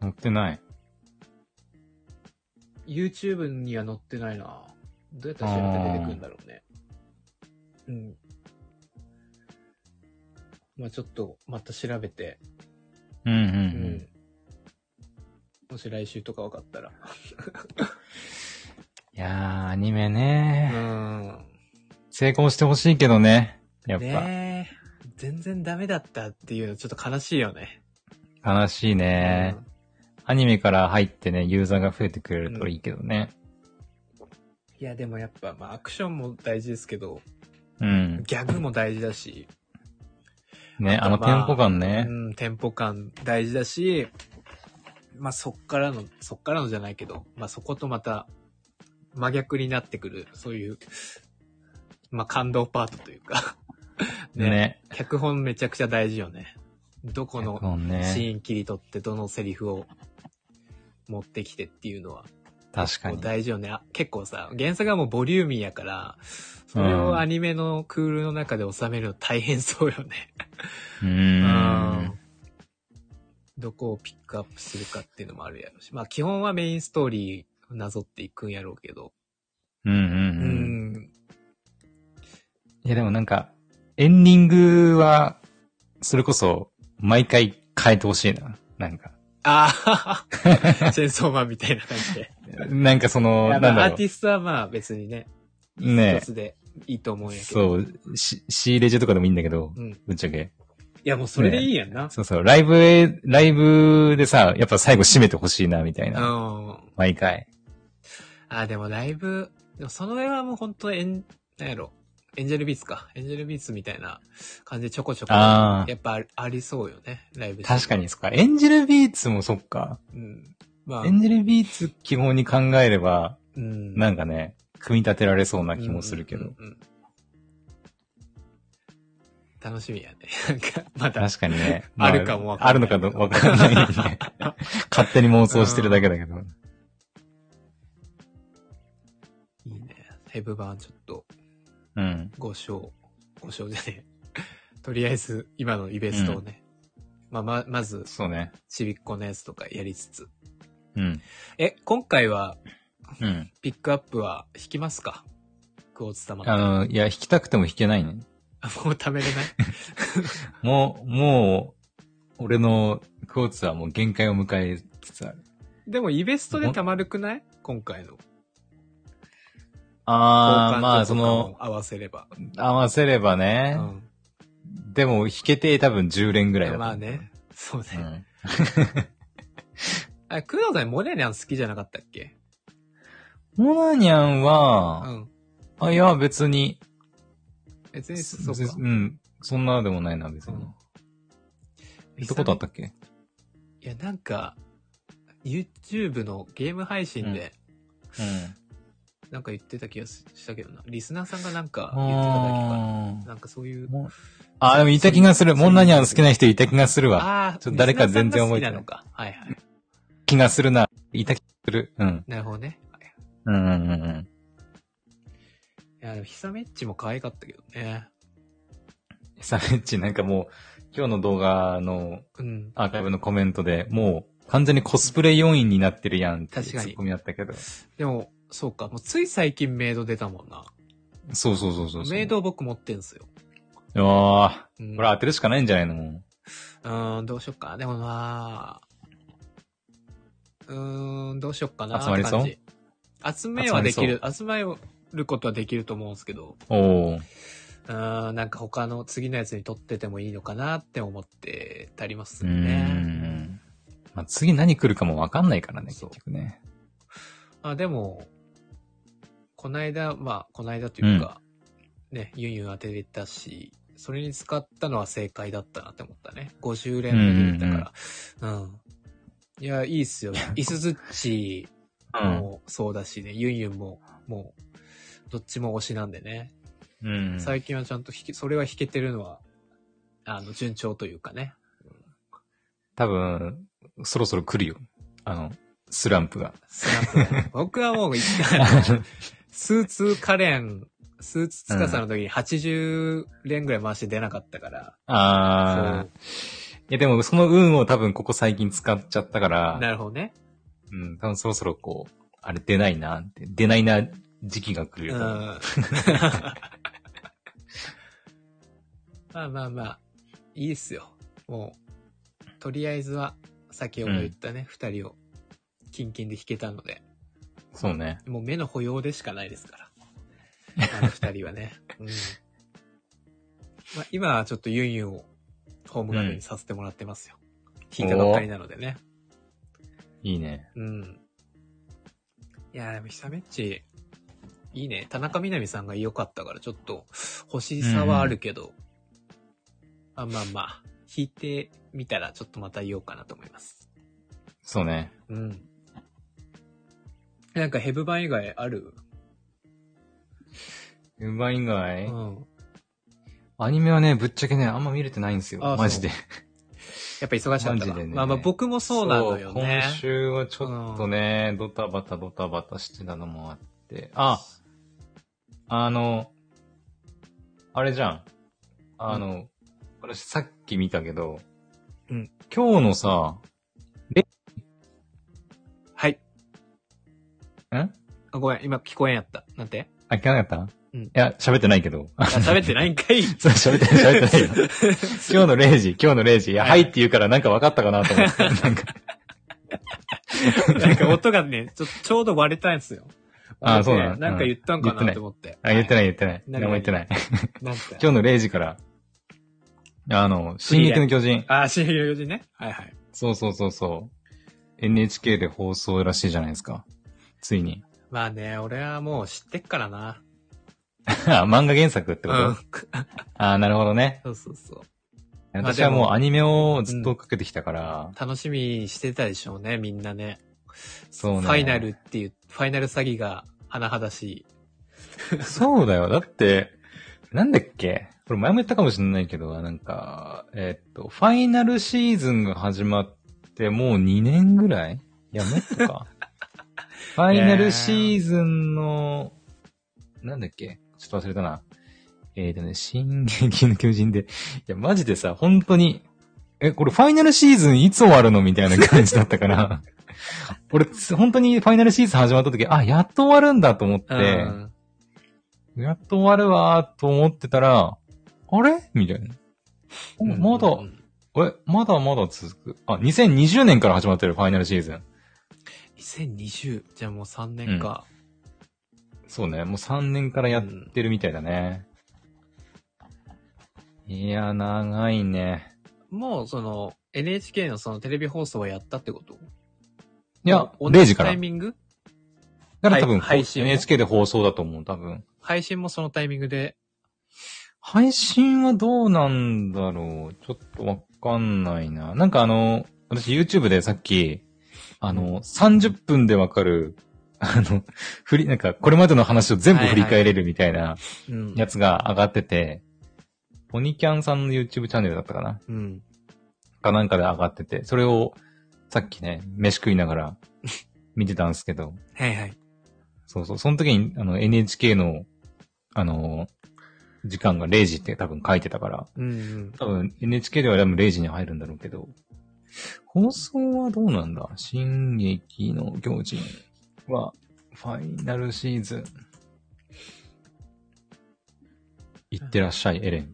載ってない。ー、YouTube には載ってないな。どうやったら調べて出てくるんだろうね。うん。まあちょっと、また調べて、うんうんう。うんん。もし来週とか分かった ら。いやー、アニメね、うん。成功してほしいけどね。やっぱ、ねえ全然ダメだったっていうのちょっと悲しいよね。悲しいね、うんアニメから入ってね、ユーザーが増えてくれるといいけどね。いや、でもやっぱ、まあ、アクションも大事ですけど、うん。ギャグも大事だし、ね、あのテまあンポ感ねう。ん、テンポ感大事だし、まあ、そっからの、そっからのじゃないけど、まあ、そことまた、真逆になってくる、そういう、まあ、感動パートというか、 ねね。脚本めちゃくちゃ大事よね。どこのそうシね。ーン切り取って、どのセリフを持ってきてっていうのは、確かもうに。大事よね。あ結構さ、原作はもうボリューミーやから、それうんをアニメのクールの中で収めるの大変そうよね。うー。。うんどこをピックアップするかっていうのもあるやろし。まあ基本はメインストーリーなぞっていくんやろうけど。うんうんううん。ん。いやでもなんか、エンディングは、それこそ、毎回変えてほしいな。なんか。ああ、チェーン ソーマンみたいな感じで。なんかその、ま なあんだアろーティストはまあ別にね、う。ね一つでいいと思うんやけど。そう、し仕入れ所とかでもいいんだけど、うん。いぶっちゃけ。やもうそれでいいやんな。そうそう、ライブへ、ライブでさ、やっぱ最後締めてほしいな、みたいうな。ん。毎回。あ、でもライブ、でもその上はもう本当エン、なんやろ、エンジェルビーツか。エンジェルビーツみたいな感じでちょこちょこ、あやーっぱありありそうよね、ライブ。確かに、。そっか。エンジェルビーツもそっか。うん。まあエ、ンジェルビーツ基本に考えれば、うん。なんかね、組み立てられそうな気もするけうんど。うんうん楽しみやね。 なんか、まだ。確かにね。 あるかもわかんないあるのかどわかんな いね。勝手に妄想してるだけだけど。いいね。ヘブ版ちょっと、うん。 5章、5章じゃねえ。 とりあえず、今のイベストをね。まあ、ま、まず、そうね。ちびっこのやつとかやりつつ。うん。え、今回は、うん。ピックアップは引きますかクォーツ様。あの、いや、弾きたくても弾けないもね。う貯めれ ないもう、もう、俺のクォーツはもう限界を迎えつつある。でも、イベストで貯まるくない今回の。ああ、交換まあ、とそかもの、合わせれば。合わせればうね。ん。でも、弾けて多分10連ぐらいだと思うまあね。。そうね。うん。あ、工藤さん、モレニャン好きじゃなかったっけモナニャンうは、ん。あ、いや、別に、別に、そうか。うん。そんなでもないな、別うに。ん言ったことあったっけいや、なんか、YouTube のゲーム配信で、うん。なんか言ってた気がしたけどな。リスナーさんがなんか言ってただけかあな。なんかそういう。ーあ、でもいた気がする。モンナニャン好きな人いた気がするわ。ああ、ちょっと誰か全然覚えてリスナないーさんが好きなのか。はいはい。気がするな。いた気がする。うん。なるほどね。うんうんうんうん。いや、でもヒサメッチも可愛かったけどね。サメッチなんかもう、今日の動画のうん。アーカイブのコメントでもう、完全にコスプレ要員になってるやんって確かにツッコミあったけど。でも、そうか。もうつい最近メイド出たもんな。そうそうそうそうそう。メイドを僕持ってんすよ。いやー、うんこれ当てるしかないんじゃないのもうーん、どうしよっか。でもまあ、うーん、どうしよっかな。集まりそうって感じ集めはできる、集まることはできると思うんですけど、う。おー。うーん、なんか他の次のやつに撮っててもいいのかなって思ってたりまうすーよね。ん。まあ、次何来るかもわかんないからね、結そう局ね。あでも、こないだ、まあ、こないだというか、ね、ユンユン当てれたし、それに使ったのは正解だったなって思ったね。50連目でだから。うんいや、いいっす よ。イスズッチうん。もそうだしね、ユンユンも、もう、どっちも推しなんでね。うん。最近はちゃんと弾け、それは弾けてるのは、あの、順調というかね。多分、そろそろ来るよ。あの、スランプが。スナップがね僕はもう一回、スーツカレン、スーツつかさの時に80連ぐらい回して出なかったから。あー。いやでも、その運を多分ここ最近使っちゃったかそうなら、るほどね。うん、多分そろそろこう、あれ出ないなって、出ないな時期が来うるよ。ん。 まあまあまあ、いいっすよ。もう、とりあえずは、先ほど言ったね、二、人を、キンキンで弾けたので、そうね。もう目の保養でしかないですから。あの二人はね。うん。まあ、今はちょっとユンユンを、ホーム画面にさせてもらってますよ。弾いたばっかりなのでね。いいね。うん。いやー、でも、ひさめっち、いいね。田中みな実さんが良かったから、ちょっと、欲しさはあるけど、まあまあまあ、弾いてみたら、ちょっとまた言おうかなと思います。そうね。うん。なんか、ヘブ版以外あるうまいんがい、うん。アニメはね、ぶっちゃけね、あんま見れてないんですよ。あマジで。やっぱ忙しかったマジわ。でねまあまあ、僕もそうなのよね。そう今週はちょっとね、ドタバタドタバタしてたのもあって。あ、あの、あれじゃん。あの、私さっき見たけど、うん今日のさ、はい。んあ、あごめん、今聞こえんやった。なんて聞かなかった、うんいや、喋ってないけど。 あ喋ってないんかいそう、喋ってない、喋ってないよ。 今日の0時、今日の0時。いや、ははいいって言うからなんか分かったかなと 思って。なんか、なんか音がね、ちょちょうど割れたんですよ。あそうなのなんか言ったんかうん言ってなないと思って。あ、言ってなない言ってない。なん何かも言ってない。い。なんて。今日の0時から、あの、進撃の巨人。あー、新劇の人ね。はいはい。そうそうそうそう。NHK で放送らしいじゃないですか。ついに。 まあね、俺はもう知ってっからな。あ漫画原作ってうこん と、。ああ、なるほどね。そうそうそう。まあ私はでももうアニメをずっと追っかけてきたから、楽しみにしてたでしょうね、みんなね。そうね。ファイナルっていう、ファイナル詐欺が甚だしい。 そうだよ。だって、なんだっけこれ前も言ったかもしれないけど、なんか、えっと、ファイナルシーズンが始まってもう2年ぐらいいや、もっと か。ファイナルシーズンの、なんだっけちょっと忘れたな。えっ、とね、進撃の巨人で。いや、マジでさ、本当に、え、これファイナルシーズンいつ終わるのみたいな感じだっ たから。俺、つ本当にファイナルシーズン始まった時、あ、やっと終わるんだと思って、うん。やっと終わるわーと思ってたら、あれみたいな。おまだ、うんえ、まだまだ続く。あ、2020年から始まってる、ファイナルシーズン。 2020。じゃあもう3年か。そうね、もう3年からやってるみたいだね。いや、長いね。もうその、NHK のそのテレビ放送はやったってこといや、お同0じ時から。タイだミングから多分、配信も NHK で放送だと思う、多分。配信もそのタイミングで。配信はどうなんだろうちょっとわかんないな。なんかあの、私 YouTube でさっき、あの、30分でわかる、あの、振り、なんかこれまでの話を全部振り返れるみたいなうん。やつが上がってて、ポニキャンさんの YouTube チャンネルだったかなうん。かなんかで上がってて、それをさっきね、飯食いながら見てたんですけど、はいはい。そうそう、その時にあの NHK の、あの、時間が0時って多分書いてたから、うん、うん。多分 NHK では多分0時に入るんだろうけど、放送はどうなんだ進撃の行人は、ファイナルシーズン。いってらっしゃい、エレン。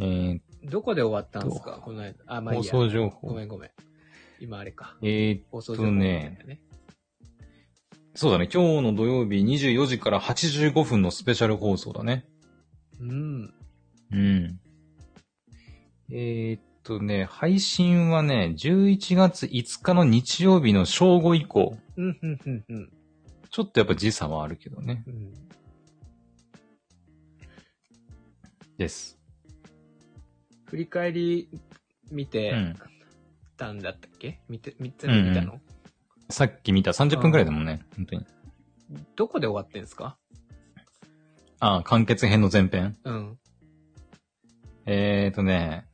えーどこで終わったんですかこの間。あ、まあい放いや。送情ご報め。んごめん。今あれか。えー放送えっと情ね報みたいなね。そうだね。今日の土曜日24時から85分のスペシャル放送だね。うん。うん。えーっとね、配信はね、11月5日の日曜日の正午以降。うん、うん、うん、うんちょっとやっぱ時差はあるけどね。うん。です。振り返り見うてん。たんだったっけ見て、見て、見たのさっき見た30分くらいだもんね。本当に。どこで終わってんすかああ、完結編の前編。うん。えーっとね、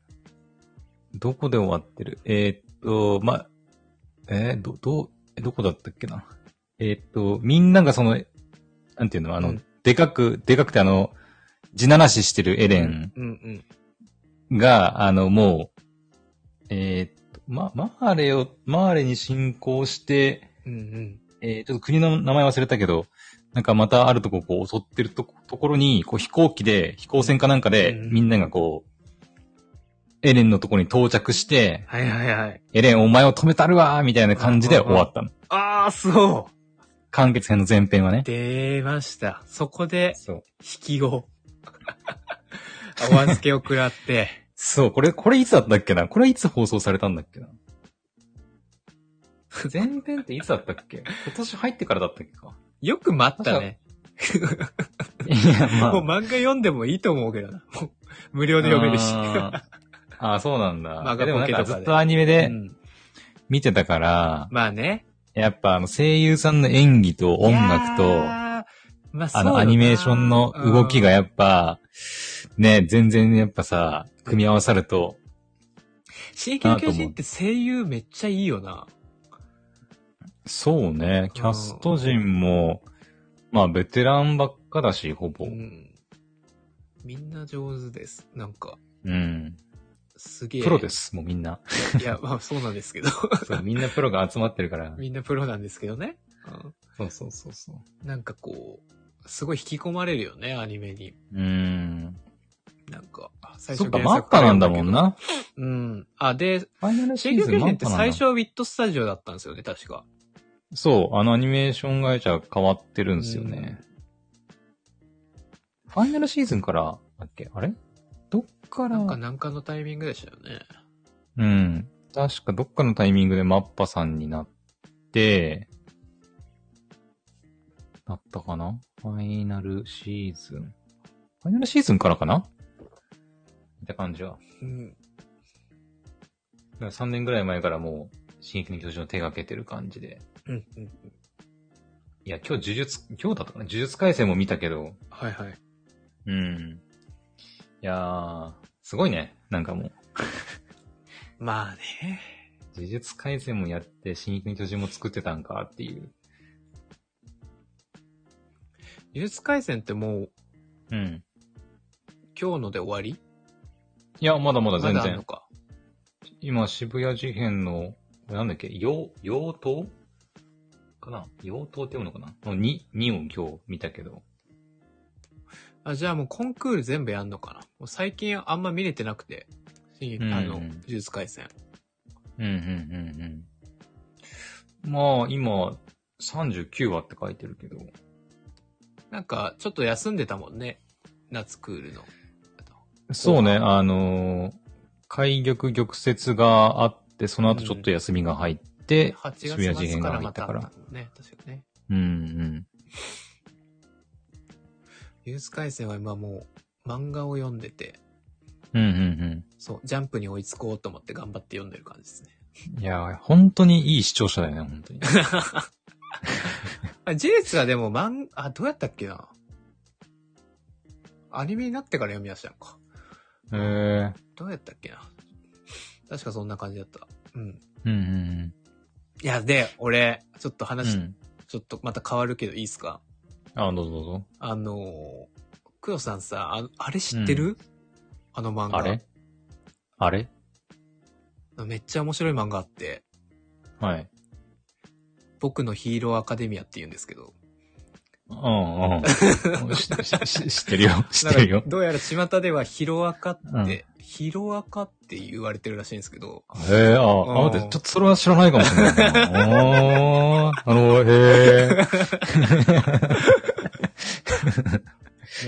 どこで終わってるえーっと、ま、えーど、ど、どこだったっけなえーっと、みんながその、なんていうの、あの、うんでかく、でかくてあの、地ならししてるエレン。うん、うん。が、あの、もう、えーっと、ま、マーレを、マーレに進行して、うん、うん。えーちょっと国の名前忘れたけど、なんかまたあるとここう襲ってるとこところに、こう飛行機で、飛行船かなんかで、うんみんながこう、エレンのとこに到着して、はいはいはい。エレンお前を止めたるわーみたいな感じで終わったの。ああ、そ完結編の前編はうね。出ました。そこで、そう。引きを。お預けを食らって。そう、これ、これいつだったっけなこれいつ放送されたんだっけな 前編っていつだったっけ今年入ってからだったっけかよく待ったね。いや、まあ。もう漫画読んでもいいと思うけどな。もう無料で読めるし。あーあー、そうなんだ。漫画いやでもなんポケかとかずでっとアニメうでん見てたから、まあね。やっぱあの声優さんの演技と音楽いと、やー、まあ、あのアニメーションの動きがややっぱ、ね、全然やっぱさ、組み合わさると、刺激の巨人って声優めっちゃいいよな。そうね、キャスト陣も、まあベテランばっかだし、ほぼう。ん。みんな上手です。なんか、うん。すげえ。プロです、もうみんな。いや、まあそうなんですけど。そうみんなプロが集まってるから。 みんなプロなんですけどね。うんそうそうそうそう。なんかこう、すごい引き込まれるよね、アニメに。うーん。なんか、最そっか、原マッ作かパらなんだ読もけんど。な。うん。あ、で、ファイナルシ進ー撃ズの巨ンマ人ッってパなん最だ。初はウィットスタジオだったんですよね、確か。そう、あのアニメーション会社変わってるんですよね。ファイナルシーズンから、だっけあれどっかならんか、なんかのタイミングでしたよね。うん。確かどっかのタイミングでマッパさんになって、なったかなファイナルシーズン。ファイナルシーズンからかな見た感じは。うん。だから3年ぐらい前からもう、進撃の巨人を手がけてる感じで。うん、うん。いや、今日呪術、今日だったかな呪術改正も見たけど、はいはい。うん。いやー、すごいね。なんかもう、まあね。呪術改正もやって、進撃の巨人も作ってたんかっていう。呪術廻戦ってもう、うん。今日ので終わりいや、まだまだま全だあんの然。か。今、渋谷事変の、なんだっけ、妖、妖刀かな妖刀って読むのかなの2、2を今日見たけど。あ、じゃあもうコンクール全部やんのかな。もう最近あんま見れてなくて。新あの、うんうん呪術廻戦。うん、うん、うん、うん。まあ、今、39話って書いてるけど。なんか、ちょっと休んでたもんね。夏クールの。そうね、あのー、開玉玉折があって、その後ちょっと休みが入って、 8渋谷事月末変かがら入まったたあったかもんら。ね。確かにね。うんうん。呪術廻戦は今もう、漫画を読んでて、うんうんそう、ジャンプに追いつこうと思って頑張って読んでる感じですね。うん。いやー、本当にいい視聴者だよね、本当に。あ、ジェイスはでも漫、あ、どうやったっけなアニメになってから読み出したのか。へー。どうやったっけな確かそんな感じだった。うん。うんうんいや、で、俺、ちょっとうん。う話、ん。ちょっとまた変わるけどいいっすかあ、どうぞどうぞ。あのー、クヨさんさ、ああれ知ってる、うあの漫画。あれあれめっちゃ面白い漫画あって、はい。僕のヒーローアカデミアって言うんですけど。うん うん。ししし知ってるよ。知ってるなんよか。どうやら巷ではヒロアカって、うんヒロアカって言われてるらしいんですけど、へえ、あ、あ、待って、ちょっとそれは知らないかもしれないな。おー、あの、へえ。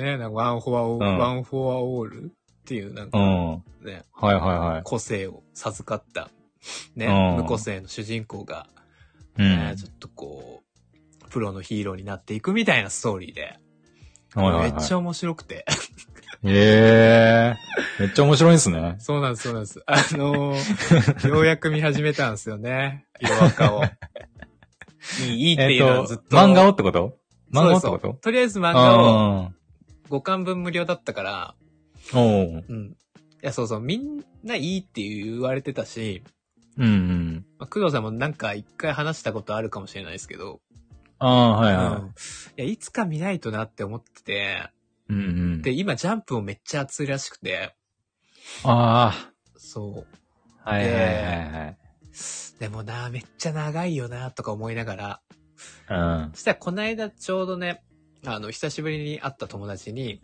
ねなんかワンフォアオー、うんワンフォアオールっていうなんうかん。はね、いはいはい。個性を授かった、ね、うん無個性の主人公が、うねんちょっとこう、プロのヒーローになっていくみたいなストーリーで、はいはいめはっいち。ゃ面白くて。 ええめっちゃ面白いですね。そうなんです、そうなんです。あの ーようやく見始めたんですよね、ヒロアカを。いい、いいっていうのはずっと。漫画をってこと漫画をってそうこそうととりあえず漫画をあ5巻分無料だったから、あ。おう。うん。いや、そうそう、みんないいって言われてたし、うんうん。まあ、工藤さんもなんか一回話したことあるかもしれないですけど、ああ、はいうんはいや、いつか見ないとなって思ってて、い。うんうん。で、今ジャンプもめっちゃ熱いらしくて、あそう。あ、はいはいはいはい。でもな、めっちゃ長いよな、とか思いながら、うん。そしたらこの間ちょうどね、あの、久しぶりに会った友達に、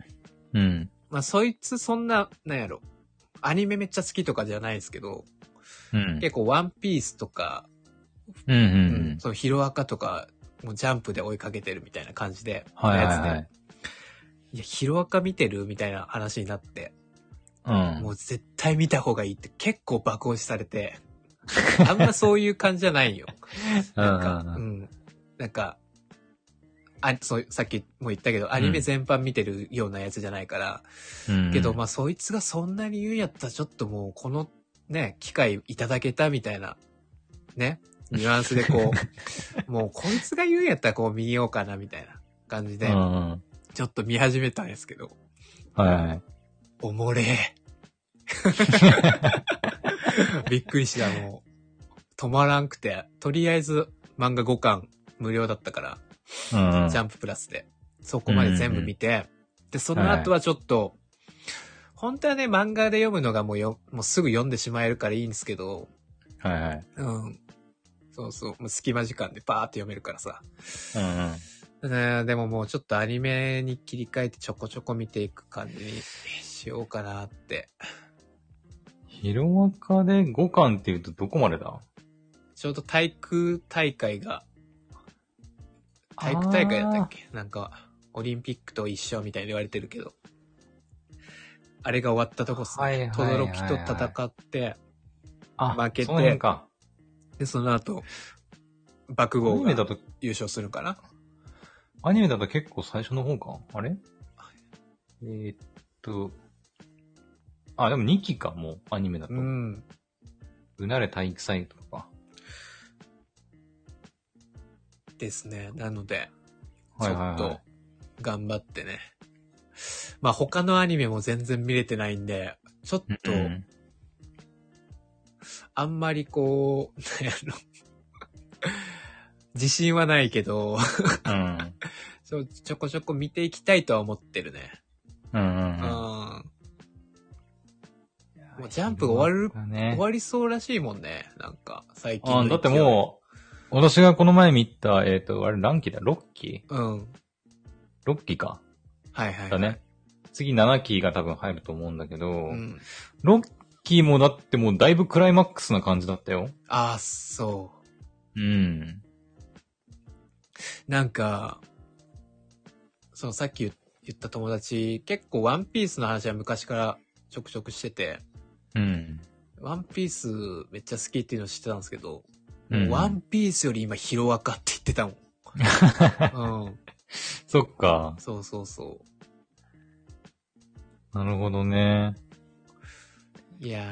うん。まあ、そいつそんな、なんやろ、アニメめっちゃ好きとかじゃないですけど、うん。結構ワンピースとか、うんうんう。うんそのヒロアカとか、もうジャンプで追いかけてるみたいな感じで、はいはいのはやつで。いいや、ヒロアカ見てるみたいな話になって、うんも。う絶対見た方がいいって結構爆押しされて、あんまそういう感じじゃないよ。なんか、 うんうんううんん。なんか、あ、そう、さっきも言ったけど、アニメ全般見てるようなやつじゃないから、うんけど、まあ、そいつがそんなに言うんやったら、ちょっともう、この、ね、機会いただけたみたいな、ね、ニュアンスでこ う、もう、こいつが言うんやったら、こう見ようかな、みたいな感じで、うんうんちょっと見始めたんですけど、はいはい。おも れえ。びっくりした、もう。止まらんくて、とりあえず漫画5巻無料だったから、うんうんジャンププラスで。そこまで全部見て、で、その後はちょっと、本当はね、漫画で読むのがもうよ、もうすぐ読んでしまえるからいいんですけど、はいはい。うん。そうそう、もう隙間時間でバーって読めるからさ。うんうんねでももうちょっとアニメに切り替えてちょこちょこ見ていく感じにしようかなって。ヒロアカで5巻っていうとどこまでだちょうど体育大会が、体育大会だったっけなんか、オリンピックと一緒みたいに言われてるけど。あれが終わったとこっすはいはいね。はといどはろいきと戦って、あ負けてそうなんか。で、その後、爆ア豪ニメだがと、優勝するかなアニメだと結構最初の方かあれえーっと、あ、でも2期か、もう、アニメだと。う。うんなれ体育祭とか。ですね。なので、ちはょいはっい、とはい。、頑張ってね。まあ他のアニメも全然見れてないんで、ちょっと、うんあんまりこう、なんやろ。 自信はないけど、 うん。そう、ちょこちょこ見ていきたいとは思ってるね。うん。うんうん。うんもうジャンプが終わる、る、ね終、わりそうらしいもんね。なんか、最近のあ勢い。だってもう、私がこの前見た、えーっ、と、あれ何期だ ?6 期う。うん。 ?6 期か。はいはい。だね。。次7期が多分入ると思うんだけど、うん。ロッキーもだってもうだいぶクライマックスな感じだったよ。ああ、そうん。う。なんか、そのさっき言言った友達、結構ワンピースの話は昔からちょくちょくしてて、うん。ワンピースめっちゃ好きっていうの知ってたんですけど、うんワンピースより今ヒロアカって言ってた もん。うん。そっか。そうそうそう。なるほどね。いや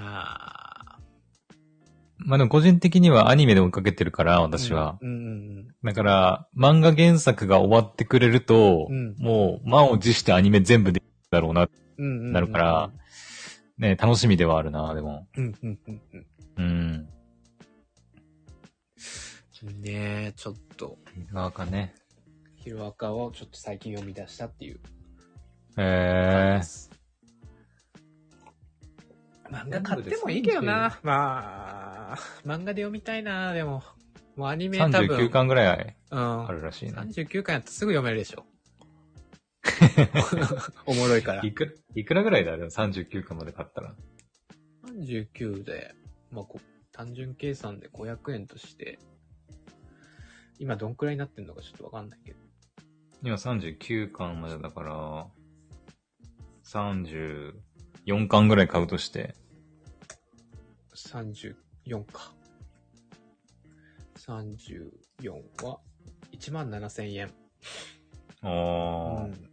まあでも個人的にはアニメで追いかけてるから、ー。私は。うんうんだから、漫画原作が終わってくれると、うんもう満を持してアニメ全部できるだろうな、うん。うんうんうんなるから。、ね、楽しみではあるな、でも。うんうんうんうん。うん。ねえ、ちょっと、なんかね。ヒロアカをちょっと最近読み出したっていう感じえでー。す。漫画買ってもいいけどな。まあ、漫画で読みたいな、でも。もうアニメ多分。 39巻ぐらいうん。あるらしいな。 39巻やったらすぐ読めるで しょ。おもろいから。いくら、いくらぐらいだよ、でも39巻まで買ったら。 39で、まあ、こ単純計算で500円として、今どんくらいになってんのかちょっとわかんないけど。今39巻までだから、34巻ぐらい買うとして。 34か。34は、1万7000円。あうー。ん。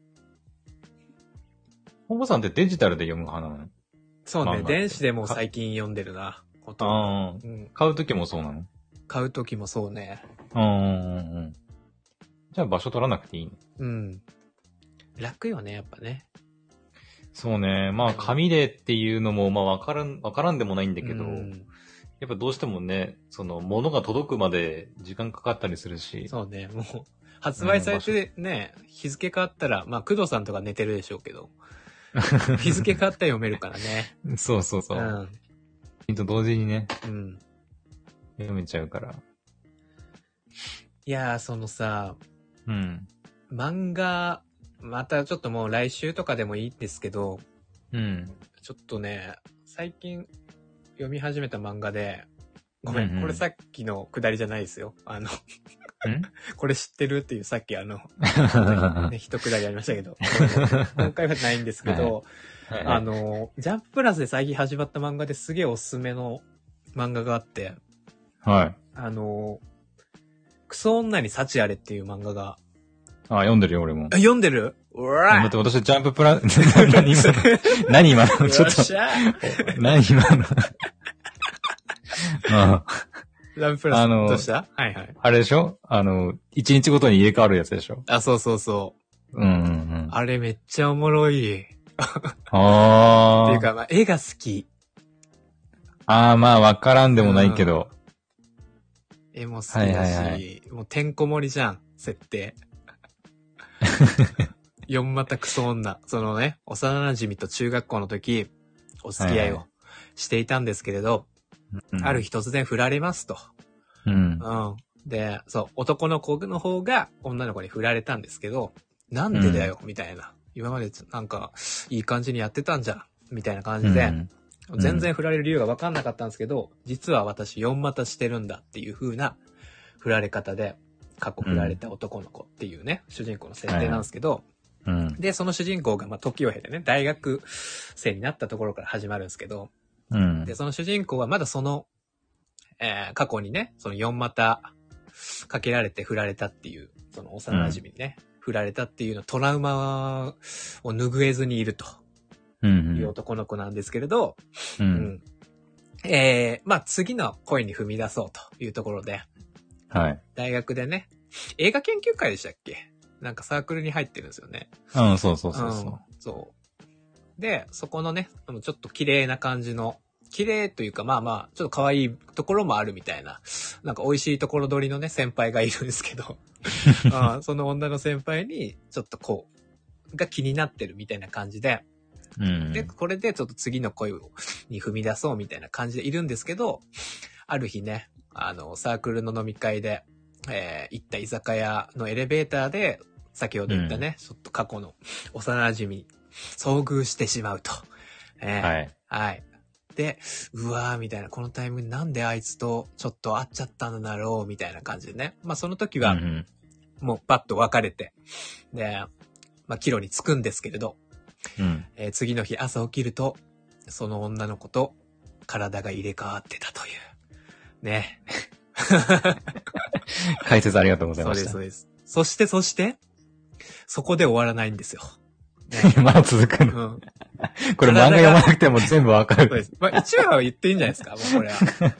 本場さんってデジタルで読む派なのそうまあね、まあ電子でもう最近読んでるな。ほとんどあー。うん。買うときもそうなの買うときもそうね。うんうんうん。じゃあ場所取らなくていいね。うん。楽よね、やっぱね。そうね。まあ紙でっていうのも、まあわからん、わからんでもないんだけど、うんやっぱどうしてもね、その物が届くまで時間かかったりするし。そうね、もう、発売されてね、日付変わったら、まあ、工藤さんとか寝てるでしょうけ ど、日付変わったら読めるからね。そう そうそうう。ん。と同時にね、うん。読めちゃうから。いやー、そのさ、うん。漫画またちょっともう来週とかでもいいんですけど、うん。ちょっとね、最近読み始めた漫画で、ごめうんん、うんこれさっきのくだりじゃないですよ。あの、ん これ知ってるっていうさっきあ の、はね、一くだり ありましたけど、ごめん今回はないんですけど、いあの、ジャンププラスで最近始まった漫画ですげえおすすめの漫画があって、はい。あの、クソ女に幸あれっていう漫画が、あ、読んでるよ、俺もあ。読んでるう待わって、私ジャン ププラ、何今の何今のちょっ と、何今の ああランプラス、あのどうしたはいはい。あれでしょあの、一日ごとに入れ替わるやつでしょあ、そうそうそう。うんうんうん。あれめっちゃおもろい。っあていーうか、まあ、絵が好き。あー、まあ、わからんでもないけど。絵も好きだし、はいはいはもうてんこ盛りじゃん、設 定。四股クソ女。そのね、幼馴染と中学校の時、お付き合いはいをしていたんですけれど、うんある。日突然振られますと。うん。うん。で、そう、男の子の方が女の子に振られたんですけど、なんでだよ、みたいな。今までなんか、いい感じにやってたんじゃん、みたいな感じで、うんん全然振られる理由が分かんなかったんですけど、実は私4股してるんだっていう風な振られ方で、過去振られた男の子っていうね、主人公の設定なんですけど、うん。で、その主人公が、まあ、時を経てね、大学生になったところから始まるんですけど、うん。で、その主人公はまだその、えー過去にね、その4股かけられて振られたっていう、その幼馴染にね、振られたっていうのトラウマを拭えずにいるとうんいう男の子なんですけれど、う。うんん。えー、まあ、次の恋に踏み出そうというところで、はい。大学でね、映画研究会でしたっけなんかサークルに入ってるんですよね。うん、そうそうそうそう。んそう。で、そこのね、あのちょっと綺麗な感じの、綺麗というか、まあまあ、ちょっと可愛いところもあるみたいな、なんか美味しいところ取りのね、先輩がいるんですけ ど、あーその女の先輩に、ちょっとこう、が気になってるみたいな感じで、うん。で、これでちょっと次の恋を に踏み出そうみたいな感じでいるんですけど、ある日ね、あの、サークルの飲み会で、えー行った居酒屋のエレベーターで、先ほど言ったね、ちょっと過去の幼馴染に遭遇してしまうと。えーはい。はい。で、うわーみたいな、このタイミングでなんであいつとちょっと会っちゃったんだろうみたいな感じでね。まあその時うはんうんもうパッと別れて、で、まあ帰路に着くんですけれど、うん。えー次の日朝起きると、その女の子と体が入れ替わってたという。ね。解説ありがとうございそうまでしす、たそう。です。そして、そして、そこで終わらないんですよ。 まだ続くうの。ん。これ漫画読まなくても全部わかそうでる。す。まあ、一話は言っていいんじゃないですか、もうこれ は。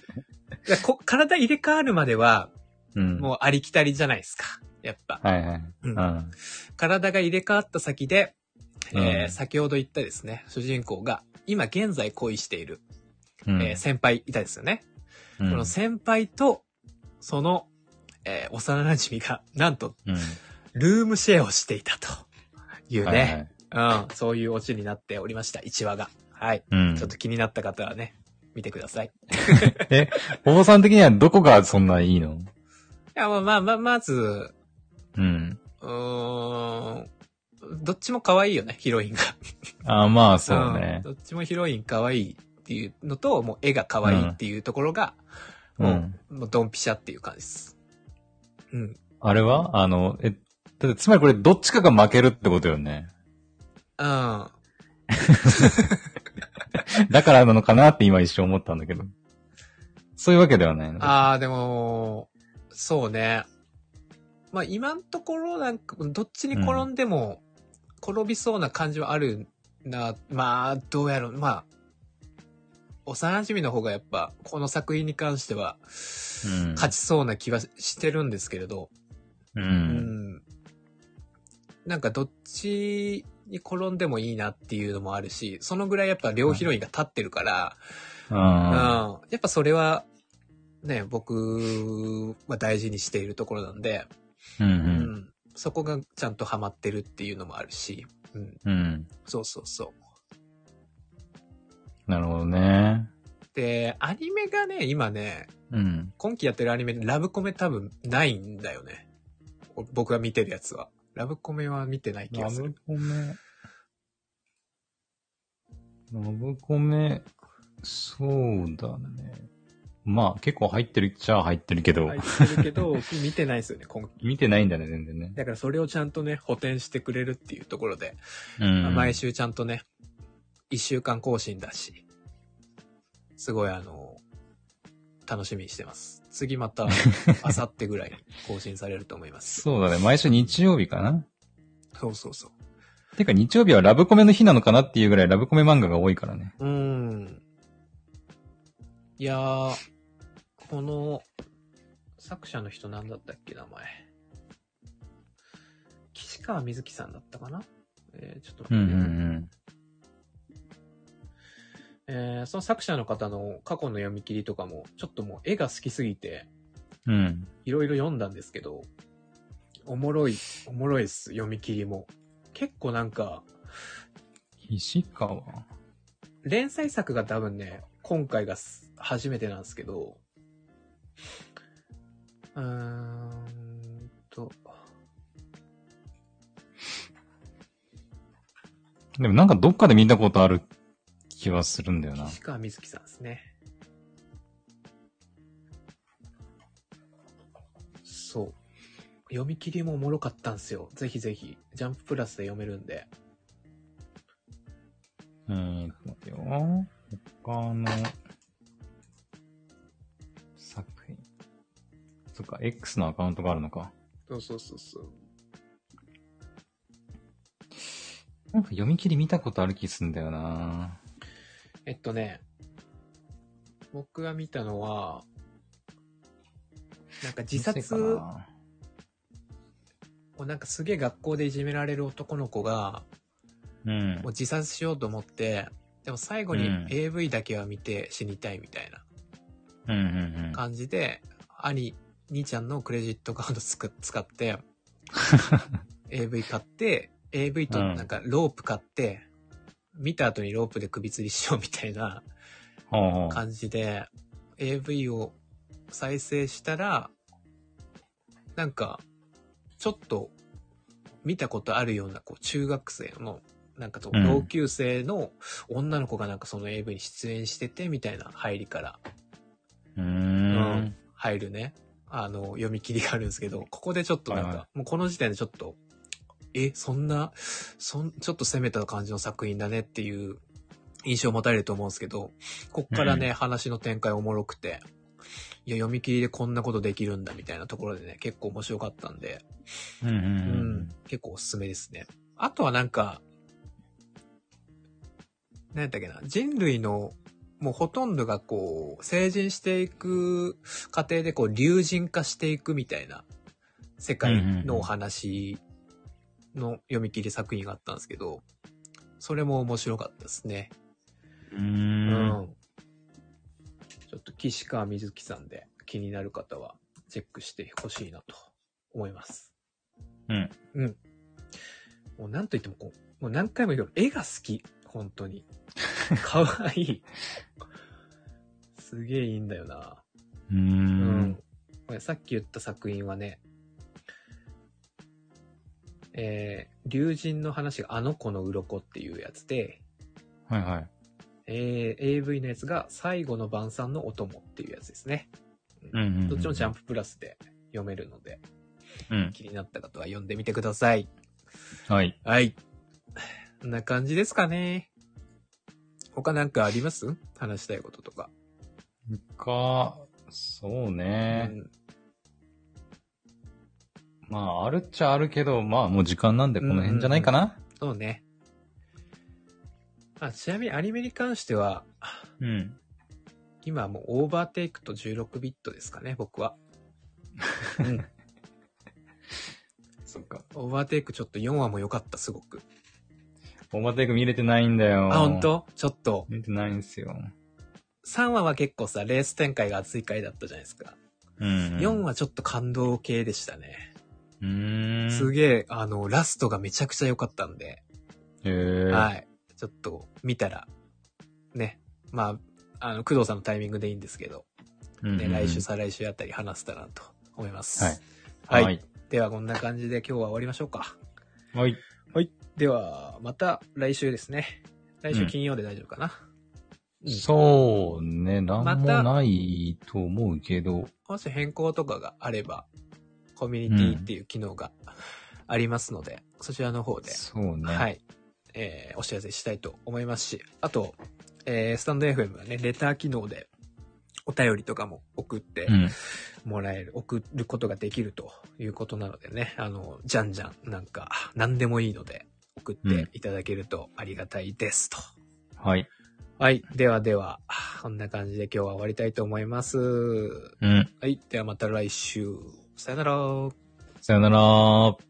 いやこ体入れ替わるまでは、うん。もうありきたりじゃないですか。やっぱ。はいはい。ううんん。体が入れ替わった先で、えーうん先ほど言ったですね、主人公が、今現在恋している、うんえー先輩いたですよね。うんこの先輩と、その、えー幼馴染が、なんと、うんルームシェアをしていたというはいはいね、うん、そういうオチになっておりました、1話が。はい。うんちょっと気になった方はね、見てください。いお坊さん的にはどこがそんないいのや、まあまあ、まあ、まず、うん。うーん、どっちも可愛いよね、ヒロインが。あーまあ、そうねん。どっちもヒロイン可愛いっていうのと、もう絵が可愛いっていうところが、うんもううん、もうドンピシャっていう感じです。うん。あれはあの、え、だってつまりこれどっちかが負けるってことよね。うん。だからなのかなって今一瞬思ったんだけど。そういうわけではないの。ああ、でも、そうね。まあ今のところなんか、どっちに転んでも、転びそうな感じはあるな。まあ、どうやろう。まあ、幼馴染の方がやっぱ、この作品に関しては、うん勝ちそうな気はしてるんですけれど、う。うんん。なんかどっちに転んでもいいなっていうのもあるし、そのぐらいやっぱ両ヒロインが立ってるから、うんあやっぱそれは、ね、僕は大事にしているところなんで、ーうんううんんそこがちゃんとハマってるっていうのもあるし、うん、うん。そうそうそう。なるほどね。で、アニメがね、今ね、うん。今期やってるアニメ、ラブコメ多分ないんだよね。僕が見てるやつは。ラブコメは見てない気ラがすブる。コメ。ラブコメ、そうだね。まあ結構入ってるっちゃ入ってるけど、入ってるけど、 見てないですよね、今見てないんだね、全然ね。だからそれをちゃんとね、補填してくれるっていうところで、うん。毎週ちゃんとね、一週間更新だし、すごいあの、楽しみにしてます。次ま た、あさってぐらいに更新されると思います。そうだね、毎週日曜日かな。そうそうそう。てか日曜日はラブコメの日なのかなっていうぐらいラブコメ漫画が多いからね。うーん。いやー、この、作者の人なんだったっけ、名前。岸川瑞希さんだったかなえー、ちょっと待ってうねんうんえーその作者の方の過去の読み切りとかも、ちょっともう絵が好きすぎて、うん。うん。いろいろ読んだんですけど、おもろい、おもろいっす、読み切りも。結構なんか、石川。連載作が多分ね、今回がす初めてなんですけど、うーんと、でもなんかどっかで見たことある気はするんだよな。岸川瑞希さんですね。そう。読み切りもおもろかったんですよ。ぜひぜひ、ジャンププラスで読めるんで。えー、ちょっと待ってよ。他の作品。そっか、X のアカウントがあるのか。そうそうそうそう。なんか読み切り見たことある気すんだよなえっとね、僕が見たのは、なんか自殺のせいかなをなんかすげえ学校でいじめられる男の子が、うんもう。自殺しようと思って、でも最後うにん AV だけは見て死にたいみたいなうんうん感じで、兄、兄ちゃんのクレジットカードつく使って、AV 買って、AV とうんなんかロープ買って、見た後にロープで首吊りしようみたいなうん。ほうほう。感じで、AV を再生したら、なんか、ちょっと見たことあるような、こう、中学生の、なんかと、うん同級生の女の子がなんかその AV に出演してて、みたいな入りから、うーうんん。入るね、あの、読み切りがあるんですけど、ここでちょっとなんか、はいはもうこの時点でちょっと、え、そんな、そん、ちょっと攻めた感じの作品だねっていう印象を持たれると思うんですけど、こっからね、う話の展開おもろくて、いや、読み切りでこんなことできるんだみたいなところでね、結構面白かったんで、うんうんううんん、結構おすすめですね。あとはなんか、何やったっけな、人類の、もうほとんどがこう、成人していく過程でこう、竜人化していくみたいな世界のお話の読み切り作品があったんですけど、それも面白かったですね。ううーん。ん。ちょっと岸川瑞希さんで気になる方はチェックしてほしいなと思います。うん。うん。もうなんといってもこう、もう何回も言うけど、絵が好き。本当に。かわいい。すげえいいんだよな。うー。。うんこれさっき言った作品はね、えー、竜神の話があの子の鱗っていうやつで、はいはい。えー AV のやつが最後の晩餐のお供っていうやつですね。うんうんうん。どっちもジャンプ。ププラスで読めるので、うん。気になった方は読んでみてください。はい。はい。こんな感じですかね。他なんかあります話したいこととか。か、そうね。うんまあ、あるっちゃあるけど、まあ、もう時間なんでこの辺じゃないかな。そうね。あ、ちなみにアニメに関しては、うん。今はもうオーバーテイクと16ビットですかね、僕は。うんそっか。オーバーテイクちょっと4話も良かった、すごく。オーバーテイク見れてないんだよ。あ、本当ちょっと。見れてないんですよ。 3話は結構さ、レース展開が熱い回だったじゃないですか。うん。 4。はちょっと感動系でしたね。うーん。すげえ、あの、ラストがめちゃくちゃ良かったんで、へえ。はい。ちょっと、見たら、ね。まあ、あの、工藤さんのタイミングでいいんですけど、うんうんね、来週、再来週あたり話せたらなと思います。はい。はい。はい。では、こんな感じで今日は終わりましょうか。はい。では、また来週ですね。来う週ん金曜で大丈夫かな。うんそうね、なんまもたないと思うけど。もし変更とかがあれば、コミュニティっていう機能がありますので、そちらの方で、そうね。はい、えーお知らせしたいと思いますし、あと、えースタンド FM はね、レター機能でお便りとかも送ってうん。もらえる、送ることができるということなのでね、あの、じゃんじゃん、なんか、何でもいいので、送っていただけるとありがたいですと。はい。はい。ではでは、こんな感じで今日は終わりたいと思います。はうん。い。ではまた来週。さよなら。さよなら。